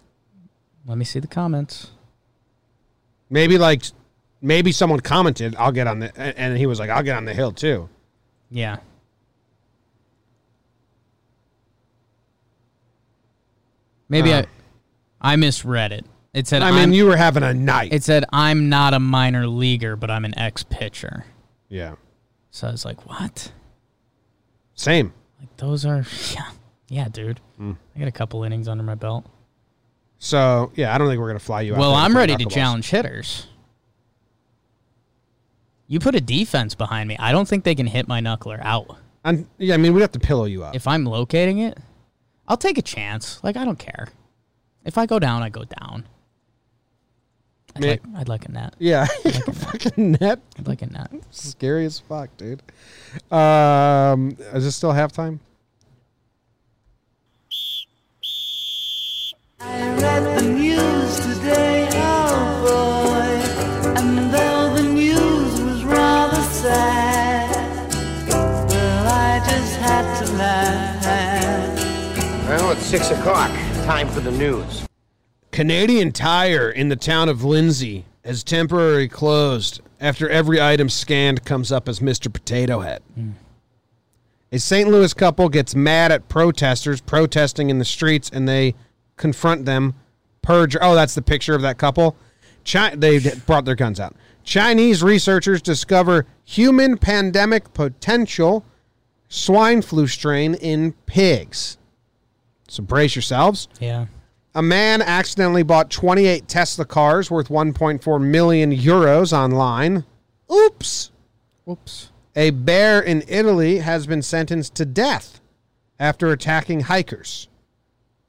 [SPEAKER 2] let me see the comments.
[SPEAKER 1] Maybe like, maybe someone commented, "I'll get on the," and and he was like, "I'll get on the hill too."
[SPEAKER 2] Yeah. Maybe
[SPEAKER 1] Uh.
[SPEAKER 2] I, I misread it. It said,
[SPEAKER 1] I mean,
[SPEAKER 2] am
[SPEAKER 1] you were having a night.
[SPEAKER 2] it said I'm not a minor leaguer, but I'm an ex pitcher."
[SPEAKER 1] yeah,
[SPEAKER 2] So I was like, "What?"
[SPEAKER 1] same.
[SPEAKER 2] Like those are yeah, yeah, dude. I got a couple innings under my belt.
[SPEAKER 1] So yeah, I don't think we're gonna fly you out.
[SPEAKER 2] Well,
[SPEAKER 1] there
[SPEAKER 2] I'm
[SPEAKER 1] with my
[SPEAKER 2] ready to
[SPEAKER 1] knuckleballs.
[SPEAKER 2] challenge hitters. You put a defense behind me. I don't think they can hit my knuckler out.
[SPEAKER 1] And yeah, I mean, we'd have to pillow you up.
[SPEAKER 2] If I'm locating it, I'll take a chance. Like I don't care. If I go down, I go down. I'd,
[SPEAKER 1] Ma-
[SPEAKER 2] like, I'd like a net.
[SPEAKER 1] yeah, (laughs) fucking net
[SPEAKER 2] I'd like a net.
[SPEAKER 1] scary as fuck, dude. Um, is this still halftime?
[SPEAKER 3] Well, it's six o'clock. Time for the news.
[SPEAKER 1] Canadian Tire in the town of Lindsay has temporarily closed after every item scanned comes up as Mr. Potato Head. A St. Louis couple gets mad at protesters protesting in the streets and they confront them. Purge. Oh, that's the picture of that couple. Chi- they d- brought their guns out. Chinese researchers discover human pandemic potential swine flu strain in pigs. So brace yourselves.
[SPEAKER 2] Yeah.
[SPEAKER 1] A man accidentally bought 28 Tesla cars worth 1.4 million euros online. Oops.
[SPEAKER 2] Whoops.
[SPEAKER 1] A bear in Italy has been sentenced to death after attacking hikers.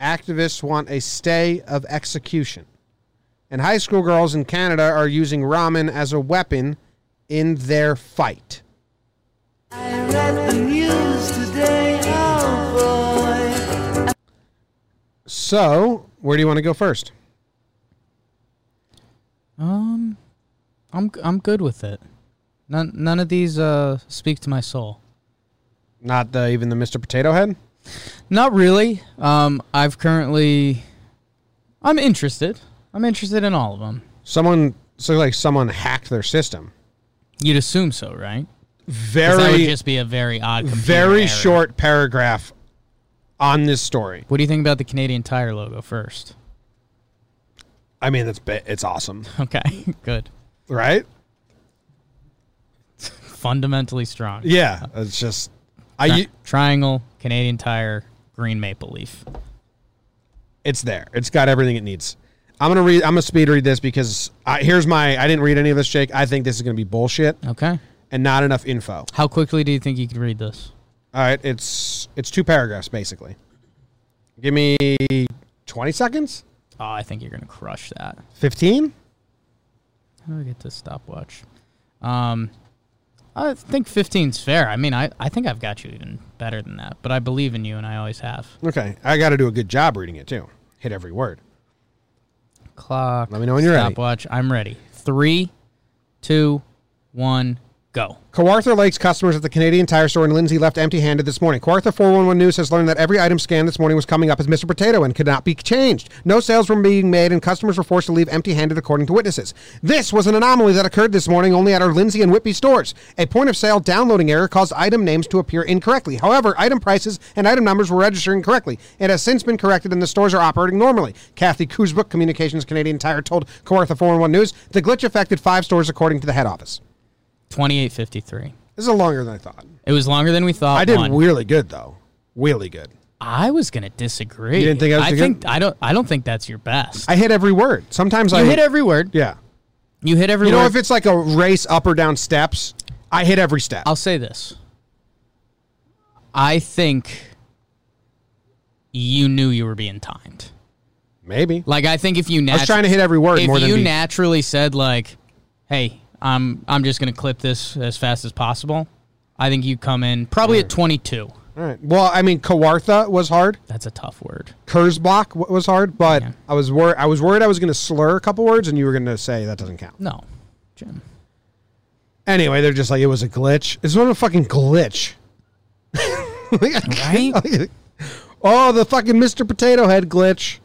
[SPEAKER 1] Activists want a stay of execution. And high school girls in Canada are using ramen as a weapon in their fight. So, where do you want to go first?
[SPEAKER 2] Um, I'm I'm good with it. None none of these uh speak to my soul.
[SPEAKER 1] Not the, even the Mr. Potato Head?
[SPEAKER 2] Not really. Um, I've currently, I'm interested. I'm interested in all of them.
[SPEAKER 1] Someone, so like someone hacked their system.
[SPEAKER 2] You'd assume so, right? 'Cause that would
[SPEAKER 1] Very,
[SPEAKER 2] just be a very odd, computer
[SPEAKER 1] very
[SPEAKER 2] error.
[SPEAKER 1] short paragraph on this story.
[SPEAKER 2] What do you think about the Canadian Tire logo first? (laughs)
[SPEAKER 1] I mean, it's ba- it's awesome,
[SPEAKER 2] Okay, (laughs) good.
[SPEAKER 1] right?
[SPEAKER 2] Fundamentally strong.
[SPEAKER 1] Yeah, it's just I.
[SPEAKER 2] Tri-
[SPEAKER 1] u-
[SPEAKER 2] triangle, Canadian Tire, green maple leaf.
[SPEAKER 1] It's there. It's got everything it needs. I'm gonna read. I'm gonna speed read this because I, here's my. I didn't read any of this, Jake. I think this is gonna be bullshit
[SPEAKER 2] Okay.
[SPEAKER 1] and not enough info.
[SPEAKER 2] How quickly do you think you could read this?
[SPEAKER 1] All right, it's it's two paragraphs basically. Give me twenty seconds.
[SPEAKER 2] Oh, I think you're gonna crush that.
[SPEAKER 1] Fifteen.
[SPEAKER 2] How do I get this stopwatch? Um, I think 15's fair. I mean, I, I think I've got you even better than that, but I believe in you and I always have.
[SPEAKER 1] Okay, I got to do a good job reading it too. Hit every word.
[SPEAKER 2] Clock.
[SPEAKER 1] Let me know when you're ready.
[SPEAKER 2] stopwatch. I'm ready. Three, two, one, go.
[SPEAKER 1] Kawartha Lake's customers at the Canadian Tire Store in Lindsay left empty-handed this morning. Kawartha 411 News has learned that every item scanned this morning was coming up as Mr. Potato and could not be changed. No sales were being made, and customers were forced to leave empty-handed, according to witnesses. This was an anomaly that occurred this morning only at our Lindsay and Whitby stores. A point-of-sale downloading error caused item names to appear incorrectly. However, item prices and item numbers were registering correctly. It has since been corrected, and the stores are operating normally. Kathy Kuzbrook, Communications Canadian Tire, told Kawartha 411 News the glitch affected five stores, according to the head office.
[SPEAKER 2] 2853.
[SPEAKER 1] This is longer than I thought.
[SPEAKER 2] It was longer than we thought.
[SPEAKER 1] I did
[SPEAKER 2] one.
[SPEAKER 1] really good though. Really good.
[SPEAKER 2] I was gonna disagree.
[SPEAKER 1] You didn't think I was too
[SPEAKER 2] think
[SPEAKER 1] good?
[SPEAKER 2] I don't. I don't think that's your best.
[SPEAKER 1] I hit every word. Sometimes I
[SPEAKER 2] you hit every word.
[SPEAKER 1] Yeah.
[SPEAKER 2] You hit every.
[SPEAKER 1] You know
[SPEAKER 2] word.
[SPEAKER 1] if it's like a race up or down steps, I hit every step.
[SPEAKER 2] I'll say this. I think you knew you were being timed.
[SPEAKER 1] Maybe.
[SPEAKER 2] Like I think if you nat-
[SPEAKER 1] I was trying to hit every word
[SPEAKER 2] if
[SPEAKER 1] more than
[SPEAKER 2] you
[SPEAKER 1] beat.
[SPEAKER 2] naturally said like, "Hey, I'm I'm just gonna clip this as fast as possible," I think you come in probably at 22.
[SPEAKER 1] All right. Well, I mean, Kawartha was hard.
[SPEAKER 2] That's a tough word.
[SPEAKER 1] Kurzbach w- was hard, but I was worried. I was worried I was going to slur a couple words, and you were going to say that doesn't count.
[SPEAKER 2] No, Jim.
[SPEAKER 1] Anyway, they're just like it was a glitch. It's not a fucking glitch. (laughs) right? oh, the fucking Mr. Potato Head glitch.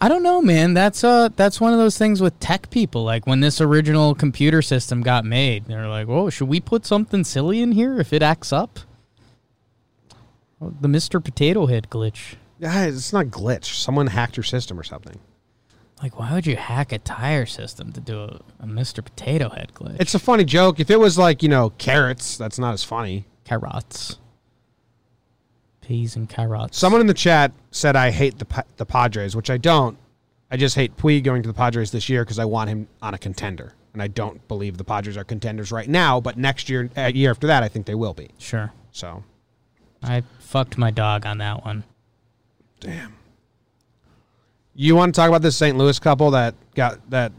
[SPEAKER 2] I don't know, man. That's uh that's one of those things with tech people. Like when this original computer system got made, they were like, "Whoa, should we put something silly in here if it acts up?" Oh, the Mr. Potato Head glitch.
[SPEAKER 1] Yeah, it's not glitch. Someone hacked your system or something.
[SPEAKER 2] Like, why would you hack a tire system to do a, a Mr. Potato Head glitch?
[SPEAKER 1] It's a funny joke. If it was like, you know, carrots, that's not as funny.
[SPEAKER 2] carrots, peas, and carrots.
[SPEAKER 1] Someone in the chat said I hate the Pa- the Padres, which I don't. I just hate Puig going to the Padres this year because I want him on a contender, and I don't believe the Padres are contenders right now. But next year, uh, year after that, I think they will be.
[SPEAKER 2] Sure,
[SPEAKER 1] So
[SPEAKER 2] I fucked my dog on that one.
[SPEAKER 1] you want to talk about this St. Louis couple that got that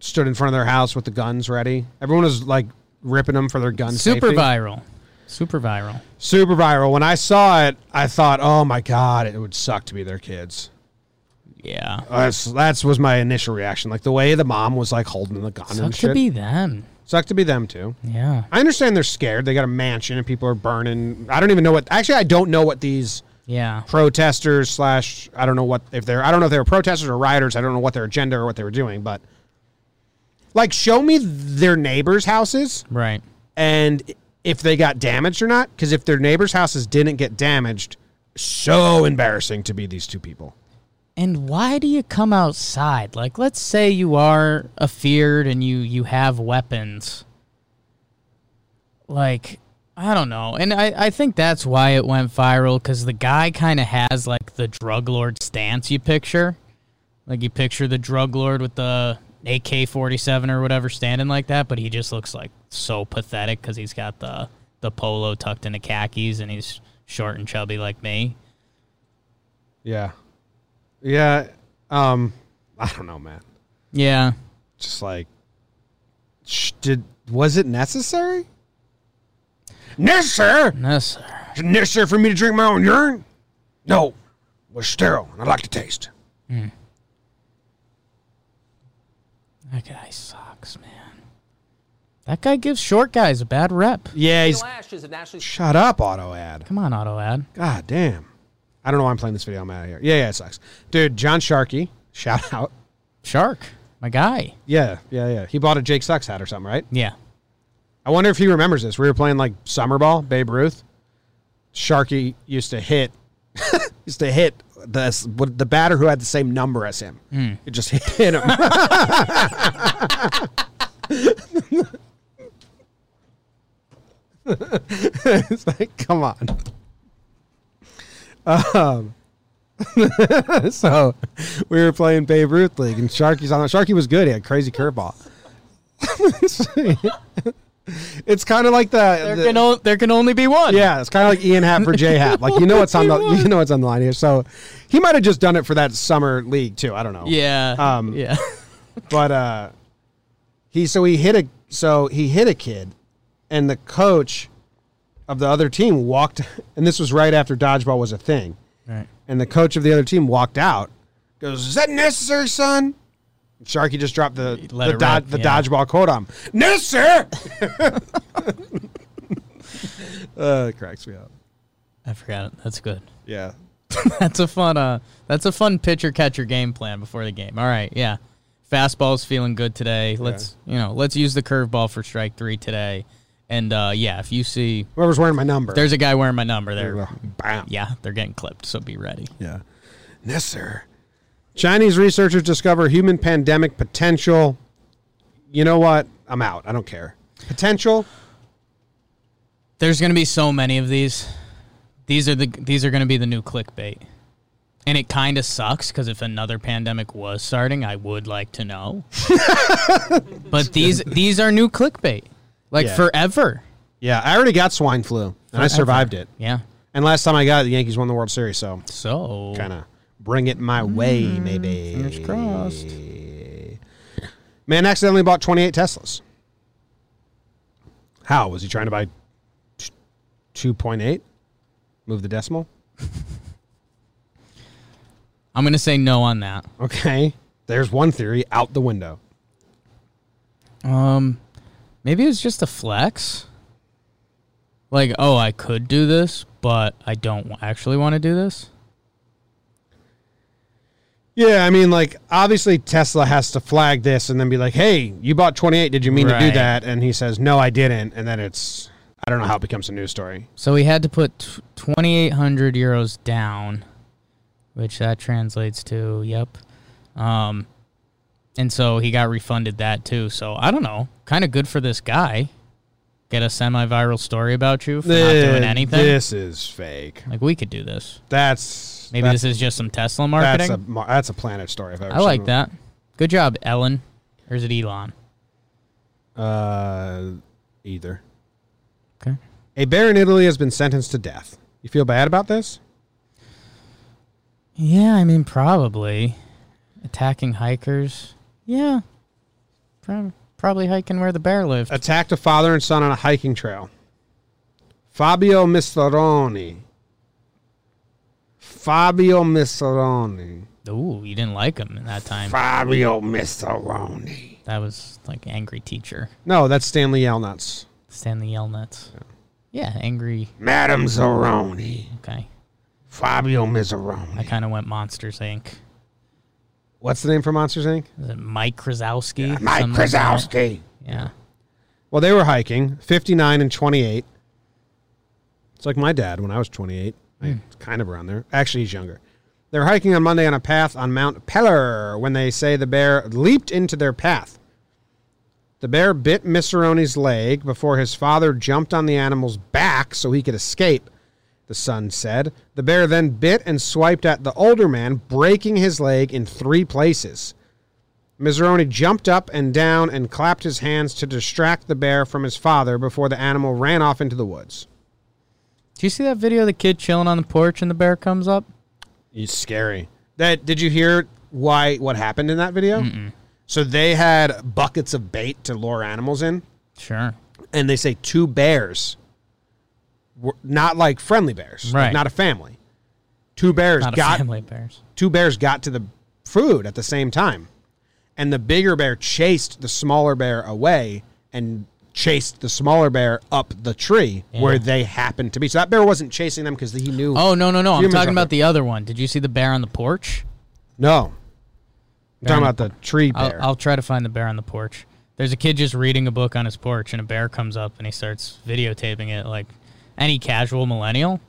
[SPEAKER 1] stood in front of their house with the guns ready? Everyone was like ripping them for their guns.
[SPEAKER 2] Super viral, super viral.
[SPEAKER 1] super viral. When I saw it, I thought, oh my god, it would suck to be their kids.
[SPEAKER 2] Yeah,
[SPEAKER 1] That's that's was my initial reaction. Like the way the mom was like holding the gun
[SPEAKER 2] suck
[SPEAKER 1] and shit.
[SPEAKER 2] to be them.
[SPEAKER 1] Sucked to be them too.
[SPEAKER 2] Yeah,
[SPEAKER 1] I understand they're scared. They got a mansion and people are burning. I don't even know what. Actually, I don't know what these
[SPEAKER 2] yeah.
[SPEAKER 1] protesters slash I don't know what if they're I don't know if they were protesters or rioters. I don't know what their agenda or what they were doing, but like show me their neighbors' houses
[SPEAKER 2] Right.
[SPEAKER 1] and if they got damaged or not. Because if their neighbors' houses didn't get damaged, so embarrassing to be these two people.
[SPEAKER 2] And why do you come outside? Like, let's say you are afeared and you you have weapons. Like, I don't know, and I I think that's why it went viral because the guy kind of has like the drug lord stance you picture, like you picture the drug lord with the AK forty seven or whatever standing like that, but he just looks like so pathetic because he's got the the polo tucked into khakis and he's short and chubby like me.
[SPEAKER 1] Yeah, yeah. Um, I don't know, man.
[SPEAKER 2] Yeah,
[SPEAKER 1] just like sh- did was it necessary necessary
[SPEAKER 2] that's
[SPEAKER 1] is it necessary for me to drink my own urine no it was sterile and i like the taste
[SPEAKER 2] That guy sucks, man. That guy gives short guys a bad rep.
[SPEAKER 1] yeah he's shut up auto ad
[SPEAKER 2] Come on, auto ad.
[SPEAKER 1] god damn i don't know why i'm playing this video i'm out of here yeah yeah it sucks dude john sharkey shout out
[SPEAKER 2] Shark, my guy.
[SPEAKER 1] yeah yeah yeah he bought a jake sucks hat or something right
[SPEAKER 2] Yeah.
[SPEAKER 1] I wonder if he remembers this. We were playing like summer ball, Babe Ruth. Sharky used to hit, (laughs) used to hit the what- the batter who had the same number as him. It just (laughs) hit him. it's like, come on. Um, (laughs) so we were playing Babe Ruth league, and Sharky's on. Sharky was good. He had a crazy curveball. (laughs) it's kind of like the,
[SPEAKER 2] There
[SPEAKER 1] the-
[SPEAKER 2] can, o- there can only be one.
[SPEAKER 1] yeah, it's kind of like Ian Hap for J Hap. Like you know what's
[SPEAKER 2] (laughs)
[SPEAKER 1] on the you know what's on the line here. So he might have just done
[SPEAKER 2] (laughs)
[SPEAKER 1] Um. it for that summer league too. I don't know.
[SPEAKER 2] Yeah.
[SPEAKER 1] Um,
[SPEAKER 2] yeah.
[SPEAKER 1] But uh, He so he hit a so he hit a kid, and the coach of the other team walked, (laughs) and this was right after dodgeball was a thing,
[SPEAKER 2] Right.
[SPEAKER 1] and the coach of the other team walked out. Goes, is that necessary, son? And Sharky just dropped the
[SPEAKER 2] Let
[SPEAKER 1] the,
[SPEAKER 2] it
[SPEAKER 1] dod-
[SPEAKER 2] rip,
[SPEAKER 1] the
[SPEAKER 2] yeah.
[SPEAKER 1] dodgeball quote on. him.
[SPEAKER 2] (laughs)
[SPEAKER 1] No, sir. (laughs) uh, it cracks me up.
[SPEAKER 2] I forgot. it. That's good. (laughs)
[SPEAKER 1] Yeah.
[SPEAKER 2] That's a fun uh that's a fun pitcher catcher game plan before the game. All right, yeah. Fastball's feeling good today. Let's you know, let's use the curveball for strike three today. And uh yeah, if you see
[SPEAKER 1] Whoever's wearing my number.
[SPEAKER 2] there's a guy wearing my number
[SPEAKER 1] There you
[SPEAKER 2] there.
[SPEAKER 1] go. Bam.
[SPEAKER 2] Yeah, they're getting clipped, so be ready.
[SPEAKER 1] Yeah. Yes, sir. Chinese researchers discover human pandemic potential. You know what? I'm out. I don't care. Potential?
[SPEAKER 2] There's gonna be so many of these. These are the these are gonna be the new clickbait. And it kind of sucks because if another pandemic was starting, I would like to know. but these these are new clickbait, like
[SPEAKER 1] Yeah.
[SPEAKER 2] forever.
[SPEAKER 1] Yeah, I already got swine flu and I survived it.
[SPEAKER 2] Yeah.
[SPEAKER 1] And last time I got it, the Yankees won the World Series, so
[SPEAKER 2] So
[SPEAKER 1] kind of bring it my way, maybe.
[SPEAKER 2] Mm, Fingers crossed.
[SPEAKER 1] Man accidentally bought 28 Teslas. How? Was he trying to buy t- 2.8? Move the decimal?
[SPEAKER 2] I'm gonna say no on that.
[SPEAKER 1] Okay. There's one theory out the window.
[SPEAKER 2] Um, maybe it was just a flex. Like, oh, I could do this, but I don't wa- actually want to do this.
[SPEAKER 1] Yeah, I mean, like obviously Tesla has to flag this and then be like, "Hey, you bought 28. Did you mean to do
[SPEAKER 2] Right.
[SPEAKER 1] that?" And he says, "No, I didn't." And then it's I don't know how it becomes a news story.
[SPEAKER 2] So we had to put t- 2,800 euros down, which that translates to yep. Um, and so he got refunded that too. So I don't know. Kind of good for this guy. Get a semi-viral story about you for not doing anything.
[SPEAKER 1] This is fake.
[SPEAKER 2] Like we could do this.
[SPEAKER 1] That's
[SPEAKER 2] Maybe
[SPEAKER 1] that's,
[SPEAKER 2] this is just some Tesla
[SPEAKER 1] that's
[SPEAKER 2] marketing.
[SPEAKER 1] a mar- that's a planet story. If I've ever
[SPEAKER 2] I like
[SPEAKER 1] seen
[SPEAKER 2] that. Good job, Ellen. Or is it Elon?
[SPEAKER 1] one. Uh, either
[SPEAKER 2] Okay.
[SPEAKER 1] a bear in Italy has been sentenced to death. You feel bad about this?
[SPEAKER 2] Yeah, I mean probably attacking hikers. Yeah, Prob- probably hiking where the bear lived.
[SPEAKER 1] attacked a father and son on a hiking trail. Fabio Misteroni. Fabio Misteroni.
[SPEAKER 2] Ooh, you didn't like him in that time.
[SPEAKER 1] Fabio Misteroni.
[SPEAKER 2] That was like angry teacher
[SPEAKER 1] No, that's Stanley Yelnuts.
[SPEAKER 2] Stanley Yelnuts. Yeah, angry.
[SPEAKER 1] Madame Zeroni.
[SPEAKER 2] Okay,
[SPEAKER 1] Fabio
[SPEAKER 2] I
[SPEAKER 1] Misteroni.
[SPEAKER 2] kind of went Monsters Inc.
[SPEAKER 1] What's the name for Monsters Inc?
[SPEAKER 2] Is it Mike Krasowski?
[SPEAKER 1] Mike
[SPEAKER 2] Something like that.
[SPEAKER 1] Krasowski.
[SPEAKER 2] Yeah.
[SPEAKER 1] Well, they were hiking, 59 and 28. It's like my dad when I was 28. I, kind of around there. Actually, he's younger. They're hiking on Monday on a path on Mount Peller when they say the bear leaped into their path. The bear bit Miseroni's leg before his father jumped on the animal's back so he could escape, the son said. The bear then bit and swiped at the older man, breaking his leg in three places. Miseroni jumped up and down and clapped his hands to distract the bear from his father before the animal ran off into the woods.
[SPEAKER 2] Do you see that video of the kid chilling on the porch and the bear comes up?
[SPEAKER 1] He's scary. That did you hear why what happened in that video? So they had buckets of bait to lure animals in,
[SPEAKER 2] Sure.
[SPEAKER 1] and they say two bears, were not like friendly bears, like
[SPEAKER 2] Right.
[SPEAKER 1] not a family. Two bears
[SPEAKER 2] Not a
[SPEAKER 1] got
[SPEAKER 2] family of bears.
[SPEAKER 1] two bears got to the food at the same time. And the bigger bear chased the smaller bear away and chased the smaller bear up the tree where they happened to be. So that bear wasn't chasing them because he knew.
[SPEAKER 2] Oh no no no! I'm
[SPEAKER 1] Humans
[SPEAKER 2] talking
[SPEAKER 1] are
[SPEAKER 2] about
[SPEAKER 1] there.
[SPEAKER 2] the other one. Did you see the bear on the porch?
[SPEAKER 1] No. I'm talking about the tree bear.
[SPEAKER 2] I'll, I'll try to find the bear on the porch. There's a kid just reading a book on his porch, and a bear comes up and he starts videotaping it like any casual millennial.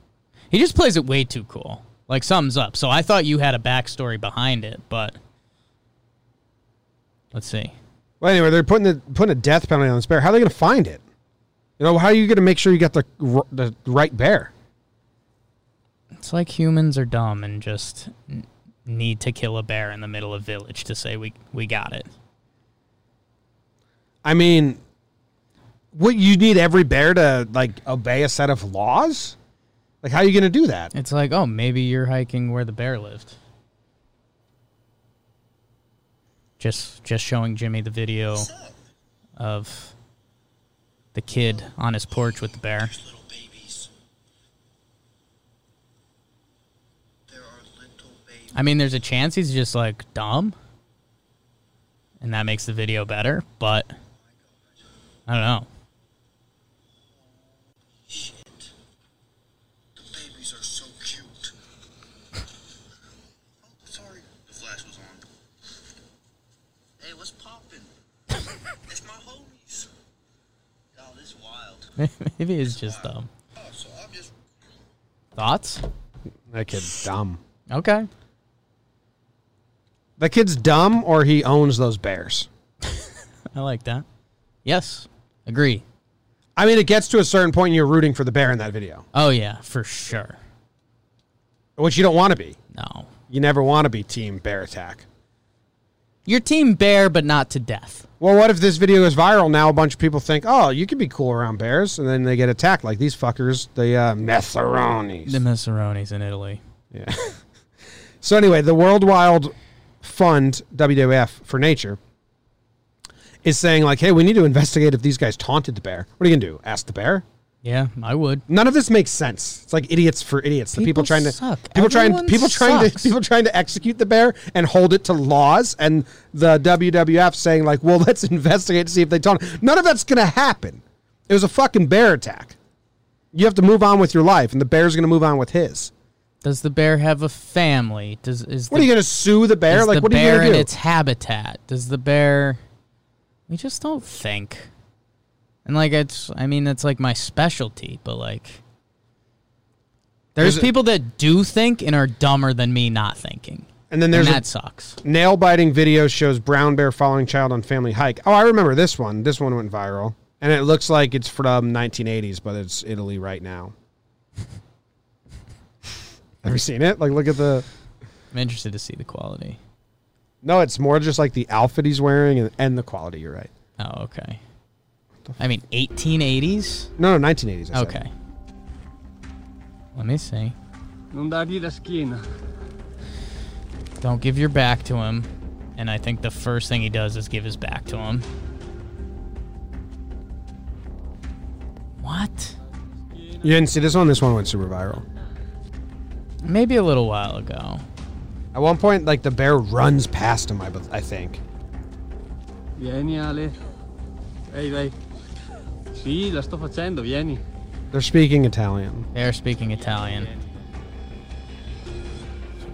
[SPEAKER 2] He just plays it way too cool. Like something's up. So I thought you had a backstory behind it, but let's see.
[SPEAKER 1] well, anyway, they're putting the, putting a death penalty on this bear. How are they going to find it? You know, how are you going to make sure you got the r- the right bear?
[SPEAKER 2] It's like humans are dumb and just n- need to kill a bear in the middle of village to say we we got it.
[SPEAKER 1] I mean, what you need every bear to like obey a set of laws? Like, how are you going to do that?
[SPEAKER 2] It's like oh maybe you're hiking where the bear lived. Just just showing Jimmy the video of the kid on his porch with the bear.
[SPEAKER 4] Little babies. There are little babies.
[SPEAKER 2] I mean, there's a chance he's just like dumb, and that makes the video better.
[SPEAKER 4] Oh
[SPEAKER 2] But I don't know. (laughs)
[SPEAKER 4] Shit. The babies are so cute. oh, sorry. The flash was on. Hey, what's poppin'? it's my homies. Y'all, this is wild.
[SPEAKER 2] Maybe it's just dumb.
[SPEAKER 4] Oh, so I'm just.
[SPEAKER 2] Thoughts?
[SPEAKER 1] That kid's dumb.
[SPEAKER 2] Okay.
[SPEAKER 1] That kid's dumb, or he owns those bears.
[SPEAKER 2] I like that. Yes. Agree.
[SPEAKER 1] I mean, it gets to a certain point, and you're rooting for the bear in that video,
[SPEAKER 2] Oh, yeah, for sure.
[SPEAKER 1] which you don't want to be.
[SPEAKER 2] No.
[SPEAKER 1] You never want to be team bear attack.
[SPEAKER 2] Your team bear, but not to death.
[SPEAKER 1] Well, what if this video is viral now? A bunch of people think, "Oh, you could be cool around bears," and then they get attacked like these fuckers, the uh, Messeronis.
[SPEAKER 2] The Massaronis in Italy.
[SPEAKER 1] So anyway, the World Wild Fund WWF for Nature is saying like, "Hey, we need to investigate if these guys taunted the bear. What are you gonna do? Ask the bear?"
[SPEAKER 2] Yeah, I would.
[SPEAKER 1] None of this makes sense. It's like idiots for idiots. The people,
[SPEAKER 2] People
[SPEAKER 1] trying to
[SPEAKER 2] suck.
[SPEAKER 1] people trying
[SPEAKER 2] Everyone
[SPEAKER 1] people trying to
[SPEAKER 2] sucks.
[SPEAKER 1] people trying to execute the bear and hold it to laws, and the WWF saying like, "Well, (laughs) let's investigate to see if they taunted." None of that's gonna happen. It was a fucking bear attack. You have to move on with your life, and the bear's gonna move on with his.
[SPEAKER 2] Does the bear have a family? Does is
[SPEAKER 1] What
[SPEAKER 2] the,
[SPEAKER 1] are you gonna sue the bear?
[SPEAKER 2] is
[SPEAKER 1] Like,
[SPEAKER 2] the
[SPEAKER 1] what are you
[SPEAKER 2] bear
[SPEAKER 1] gonna do?
[SPEAKER 2] in its habitat? Does the bear? We just don't think. And like it's, I mean, that's like my specialty, but like, there's
[SPEAKER 1] There's a-
[SPEAKER 2] people that do think and are dumber than me not thinking,
[SPEAKER 1] and then
[SPEAKER 2] and
[SPEAKER 1] there's a-
[SPEAKER 2] that sucks.
[SPEAKER 1] Nail biting video shows brown bear following child on family hike. Oh, I remember this one. This one went viral, and it looks like it's from 1980s, but it's Italy right now. Have you seen it? Like, look at the.
[SPEAKER 2] I'm interested to see the quality.
[SPEAKER 1] No, it's more just like the outfit he's wearing and, and the quality. You're right.
[SPEAKER 2] Oh, okay. I mean, 1880s.
[SPEAKER 1] No, no, 1980s. I said.
[SPEAKER 2] Okay. Let me see.
[SPEAKER 7] Non dargli la schiena.
[SPEAKER 2] Don't give your back to him. And I think the first thing he does is give his back to him. What?
[SPEAKER 1] You didn't see this one. This one went super viral.
[SPEAKER 2] Maybe a little while ago.
[SPEAKER 1] At one point, like the bear runs past him. I, be- I think.
[SPEAKER 7] Vieni Ale. Ehi dai. Sì, la sto facendo, vieni.
[SPEAKER 1] They're speaking Italian.
[SPEAKER 2] They are speaking Italian.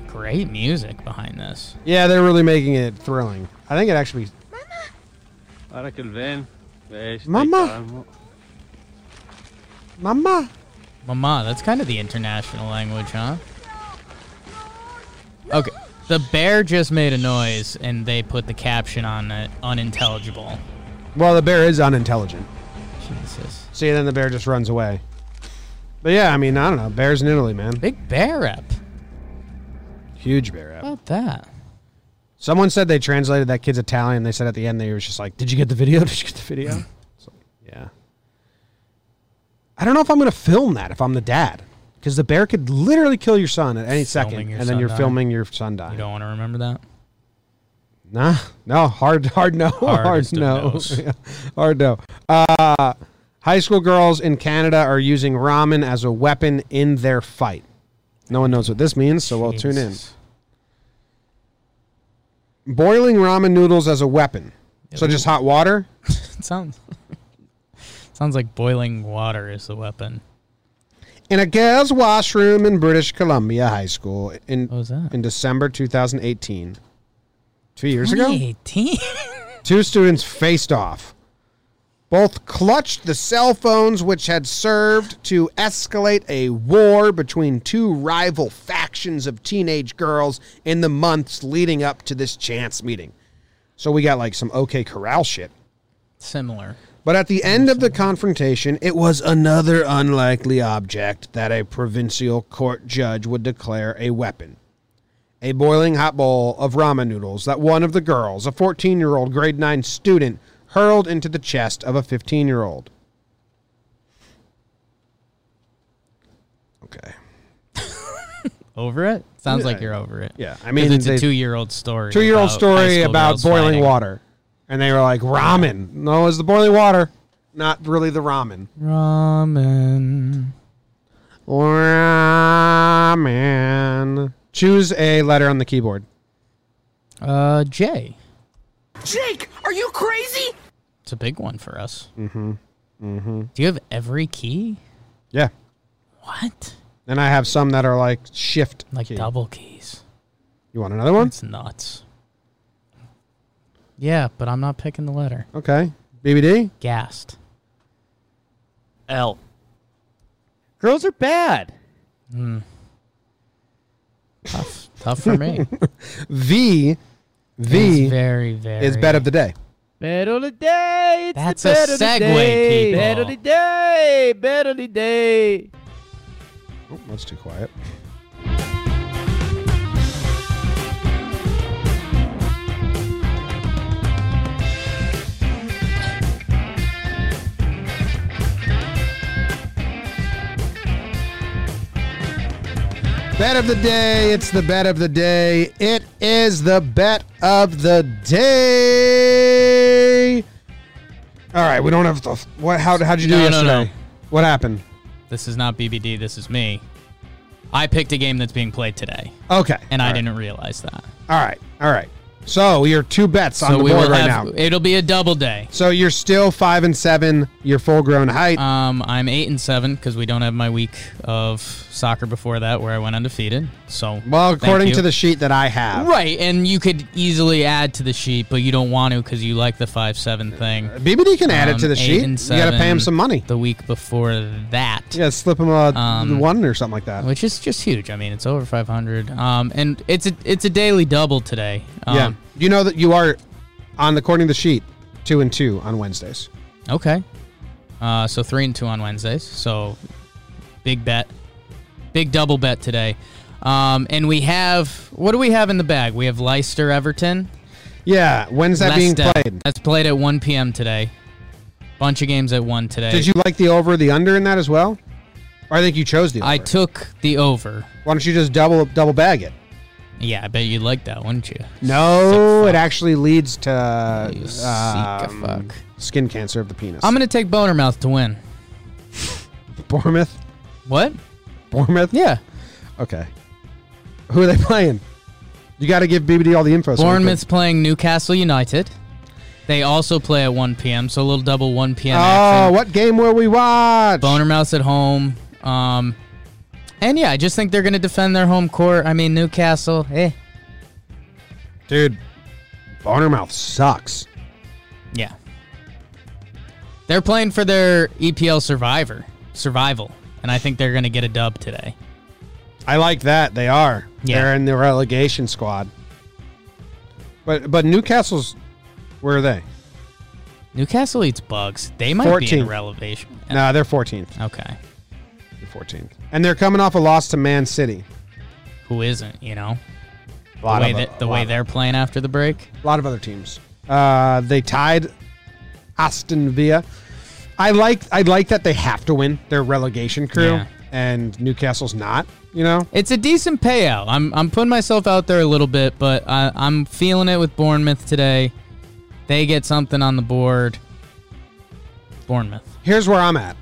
[SPEAKER 2] Great music behind this.
[SPEAKER 1] Yeah, they're really making it thrilling. I think it actually.
[SPEAKER 7] Guarda che il ven. Eh, stai
[SPEAKER 1] Mamma.
[SPEAKER 7] calmo.
[SPEAKER 1] Mama.
[SPEAKER 2] Mama, that's kind of the international language, huh? Okay. The bear just made a noise and they put the caption on it unintelligible.
[SPEAKER 1] Well, the bear is unintelligent.
[SPEAKER 2] Jesus.
[SPEAKER 1] See, then the bear just runs away. But yeah, I mean, I don't know. Bears in Italy, man.
[SPEAKER 2] Big bear up.
[SPEAKER 1] Huge bear. app.
[SPEAKER 2] How about that?
[SPEAKER 1] Someone said they translated that kid's Italian. They said at the end, they was just like, Did you get the video? (laughs) Did you get the video? so, yeah. I don't know if I'm going to film that if I'm the dad. Because the bear could literally kill your son at
[SPEAKER 2] Filming
[SPEAKER 1] any second.
[SPEAKER 2] your
[SPEAKER 1] And then
[SPEAKER 2] son
[SPEAKER 1] you're
[SPEAKER 2] dying.
[SPEAKER 1] filming your son dying.
[SPEAKER 2] You don't want to remember that?
[SPEAKER 1] Nah, no, hard, hard no, (laughs) hard,
[SPEAKER 2] Hardest of
[SPEAKER 1] no,
[SPEAKER 2] no's.
[SPEAKER 1] (laughs) Yeah, hard no. Uh, high school girls in Canada are using ramen as a weapon in their fight. No one knows what this means, so we'll tune in.
[SPEAKER 2] Jesus. (laughs)
[SPEAKER 1] Boiling ramen noodles as a weapon. So just hot water.
[SPEAKER 2] It sounds (laughs) sounds like boiling water is the weapon.
[SPEAKER 1] In a girls' washroom in British Columbia High School in
[SPEAKER 2] What was that?
[SPEAKER 1] in December 2018, two years ago.
[SPEAKER 2] 18.
[SPEAKER 1] Two students faced off. Both clutched the cell phones, which had served to escalate a war between two rival factions of teenage girls in the months leading up to this chance meeting. So we got like some OK Corral shit.
[SPEAKER 2] (laughs) Similar.
[SPEAKER 1] But at the end of the confrontation, it was another unlikely object that a provincial court judge would declare a weapon a boiling hot bowl of ramen noodles that one of the girls, a 14 year old grade 9 student, hurled into the chest of a 15 year old. Okay.
[SPEAKER 2] Over it? Sounds like
[SPEAKER 1] Yeah.
[SPEAKER 2] you're over it.
[SPEAKER 1] Yeah, I
[SPEAKER 2] 'Cause
[SPEAKER 1] mean,
[SPEAKER 2] it's a
[SPEAKER 1] they-
[SPEAKER 2] two year old story.
[SPEAKER 1] Two year old
[SPEAKER 2] about high
[SPEAKER 1] story
[SPEAKER 2] school
[SPEAKER 1] about
[SPEAKER 2] girls
[SPEAKER 1] boiling
[SPEAKER 2] fighting.
[SPEAKER 1] water. and they were like ramen. No, it's the boiling water, not really the ramen.
[SPEAKER 2] Ramen.
[SPEAKER 1] Ramen. Choose a letter on the keyboard.
[SPEAKER 2] Uh, J.
[SPEAKER 9] Jake, are you crazy?
[SPEAKER 2] It's a big one for us. Mm-hmm. Mm-hmm. Do you have every key?
[SPEAKER 1] Yeah.
[SPEAKER 2] What?
[SPEAKER 1] Then I have some that are like shift.
[SPEAKER 2] Like
[SPEAKER 1] key.
[SPEAKER 2] double keys.
[SPEAKER 1] You want another one?
[SPEAKER 2] It's nuts. Yeah, but I'm not picking the letter.
[SPEAKER 1] Okay. BBD.
[SPEAKER 2] Gassed.
[SPEAKER 6] L.
[SPEAKER 5] Girls are bad.
[SPEAKER 2] Tough. Tough for
[SPEAKER 1] (laughs)
[SPEAKER 2] me.
[SPEAKER 1] V.
[SPEAKER 2] It's
[SPEAKER 1] V
[SPEAKER 2] very, very.
[SPEAKER 1] is bet of the day.
[SPEAKER 5] Battle of the day. It's
[SPEAKER 2] That's
[SPEAKER 5] the
[SPEAKER 2] a
[SPEAKER 5] battle of the
[SPEAKER 2] segue,
[SPEAKER 5] day.
[SPEAKER 2] people.
[SPEAKER 5] Battle of the day. Battle of the day.
[SPEAKER 1] Oh, that's too quiet. Bet of the day. It's the bet of the day. It is the bet of the day. All right, we don't have the what? How how'd you do
[SPEAKER 2] No, no,
[SPEAKER 1] yesterday?
[SPEAKER 2] no.
[SPEAKER 1] What happened?
[SPEAKER 2] This is not BBD. This is me. I picked a game that's being played today,
[SPEAKER 1] Okay,
[SPEAKER 2] and I
[SPEAKER 1] All right.
[SPEAKER 2] didn't realize that.
[SPEAKER 1] All right, all right. So your two bets on the
[SPEAKER 2] we
[SPEAKER 1] board
[SPEAKER 2] will
[SPEAKER 1] right
[SPEAKER 2] have.
[SPEAKER 1] now.
[SPEAKER 2] It'll be a double day.
[SPEAKER 1] So you're still five and seven. Your full grown height.
[SPEAKER 2] Um, I'm eight and seven because we don't have my week of soccer before that where I went undefeated. So
[SPEAKER 1] well,
[SPEAKER 2] thank
[SPEAKER 1] according
[SPEAKER 2] you.
[SPEAKER 1] to the sheet that I have,
[SPEAKER 2] right, and you could easily add to the sheet, but you don't want to because you like the five seven thing.
[SPEAKER 1] BBD can add it to
[SPEAKER 2] Um,
[SPEAKER 1] the
[SPEAKER 2] eight
[SPEAKER 1] sheet.
[SPEAKER 2] and
[SPEAKER 1] You got to pay him
[SPEAKER 2] seven
[SPEAKER 1] some money.
[SPEAKER 2] The week before that,
[SPEAKER 1] You got to slip him a
[SPEAKER 2] Um,
[SPEAKER 1] one or something like that.
[SPEAKER 2] which is just huge. I mean, it's over five hundred. Um, and it's a it's a daily double today. Um,
[SPEAKER 1] yeah, you know that you are on according to the sheet two and two on Wednesdays.
[SPEAKER 2] Okay. Uh, so three and two on Wednesdays. So big bet, big double bet today. Um, and we have what do we have in the bag? We have Leicester Everton.
[SPEAKER 1] Yeah, when's that being
[SPEAKER 2] Leicester.
[SPEAKER 1] played?
[SPEAKER 2] That's played at 1 p.m. today. Bunch of games at one today.
[SPEAKER 1] Did you like the over, the under in that as well? Or I think you chose the over.
[SPEAKER 2] I took the over.
[SPEAKER 1] Why don't you just double double bag it?
[SPEAKER 2] Yeah, I bet you'd like that, wouldn't you?
[SPEAKER 1] No,
[SPEAKER 2] Sick
[SPEAKER 1] it
[SPEAKER 2] fuck.
[SPEAKER 1] actually leads to
[SPEAKER 2] You sick a
[SPEAKER 1] um,
[SPEAKER 2] fuck.
[SPEAKER 1] skin cancer of the penis.
[SPEAKER 2] I'm gonna take Bonermouth to win.
[SPEAKER 1] Bournemouth.
[SPEAKER 2] What?
[SPEAKER 1] Bournemouth.
[SPEAKER 2] Yeah.
[SPEAKER 1] Okay. Who are they playing? You got to give BBD all the info. so we can-
[SPEAKER 2] Bournemouth's playing Newcastle United. They also play at 1 p.m. So a little double 1 p.m. action.
[SPEAKER 1] Oh, what game will we watch?
[SPEAKER 2] Boner Mouse at home. Um, and yeah, I just think they're going to defend their home court. I mean, Newcastle, eh.
[SPEAKER 1] Dude, Bournemouth sucks.
[SPEAKER 2] Yeah. They're playing for their EPL survivor survival, and I think they're going to get a dub today.
[SPEAKER 1] I like that. They are.
[SPEAKER 2] Yeah.
[SPEAKER 1] They're in the relegation squad. But but Newcastle's where are they?
[SPEAKER 2] Newcastle eats bugs. They might be
[SPEAKER 1] 14th.
[SPEAKER 2] in relegation.
[SPEAKER 1] No, nah, they're 14th.
[SPEAKER 2] Okay.
[SPEAKER 1] They're 14th. And they're coming off a loss to Man City.
[SPEAKER 2] Who isn't, you know?
[SPEAKER 1] A
[SPEAKER 2] The
[SPEAKER 1] lot
[SPEAKER 2] way
[SPEAKER 1] of
[SPEAKER 2] that, the
[SPEAKER 1] a
[SPEAKER 2] way
[SPEAKER 1] lot
[SPEAKER 2] they're playing after the break.
[SPEAKER 1] A lot of other teams. Uh, they tied Aston Villa. I like I like that they have to win their relegation crew
[SPEAKER 2] Yeah.
[SPEAKER 1] and Newcastle's not, you know?
[SPEAKER 2] It's a decent payout. I'm I'm putting myself out there a little bit, but I, I'm feeling it with Bournemouth today. They get something on the board. Bournemouth.
[SPEAKER 1] Here's where I'm at.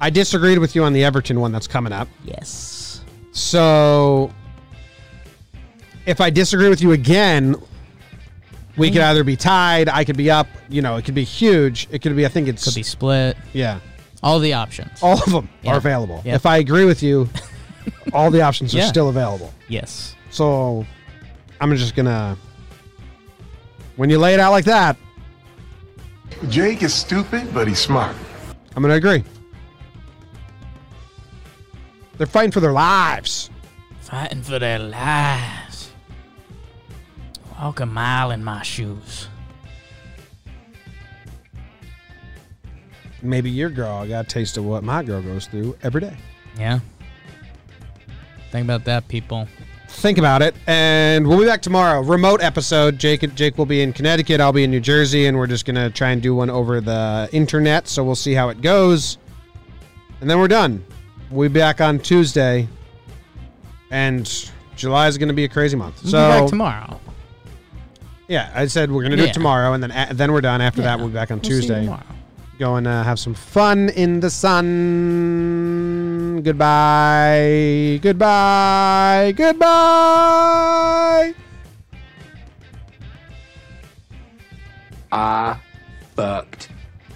[SPEAKER 1] I disagreed with you on the Everton one that's coming up.
[SPEAKER 2] Yes.
[SPEAKER 1] So if I disagree with you again, we could either be tied, I could be up, you know, it could be huge. It could be I think it's
[SPEAKER 2] Could be split.
[SPEAKER 1] yeah.
[SPEAKER 2] All the options.
[SPEAKER 1] All of them
[SPEAKER 2] Yeah.
[SPEAKER 1] are available.
[SPEAKER 2] Yeah.
[SPEAKER 1] If I agree with you, all the options are
[SPEAKER 2] Yeah.
[SPEAKER 1] still available.
[SPEAKER 2] Yes.
[SPEAKER 1] So I'm just gonna when you lay it out like that,
[SPEAKER 10] Jake is stupid, but he's smart.
[SPEAKER 1] I'm gonna agree. They're fighting for their lives.
[SPEAKER 2] Fighting for their lives. Walk a mile in my shoes.
[SPEAKER 1] Maybe your girl got a taste of what my girl goes through every day.
[SPEAKER 2] Yeah. Think about that, people.
[SPEAKER 1] Think about it, and we'll be back tomorrow. Remote episode. Jake Jake will be in Connecticut. I'll be in New Jersey, and we're just gonna try and do one over the internet. So we'll see how it goes, and then we're done. We'll be back on Tuesday, and July is gonna be a crazy month.
[SPEAKER 2] We'll
[SPEAKER 1] so
[SPEAKER 2] be back tomorrow.
[SPEAKER 1] Yeah, I said we're gonna do
[SPEAKER 2] Yeah.
[SPEAKER 1] it tomorrow, and then a- then we're done. After that, we'll be back on
[SPEAKER 2] We'll see you
[SPEAKER 1] Tuesday.
[SPEAKER 2] tomorrow.
[SPEAKER 1] Go and uh, have some fun in the sun. Goodbye. Goodbye. Goodbye.
[SPEAKER 9] I fucked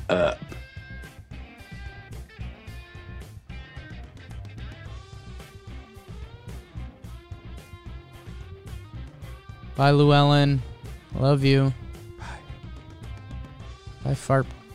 [SPEAKER 9] up.
[SPEAKER 2] Bye, Llewellyn. Love you. Bye. Bye, Farp.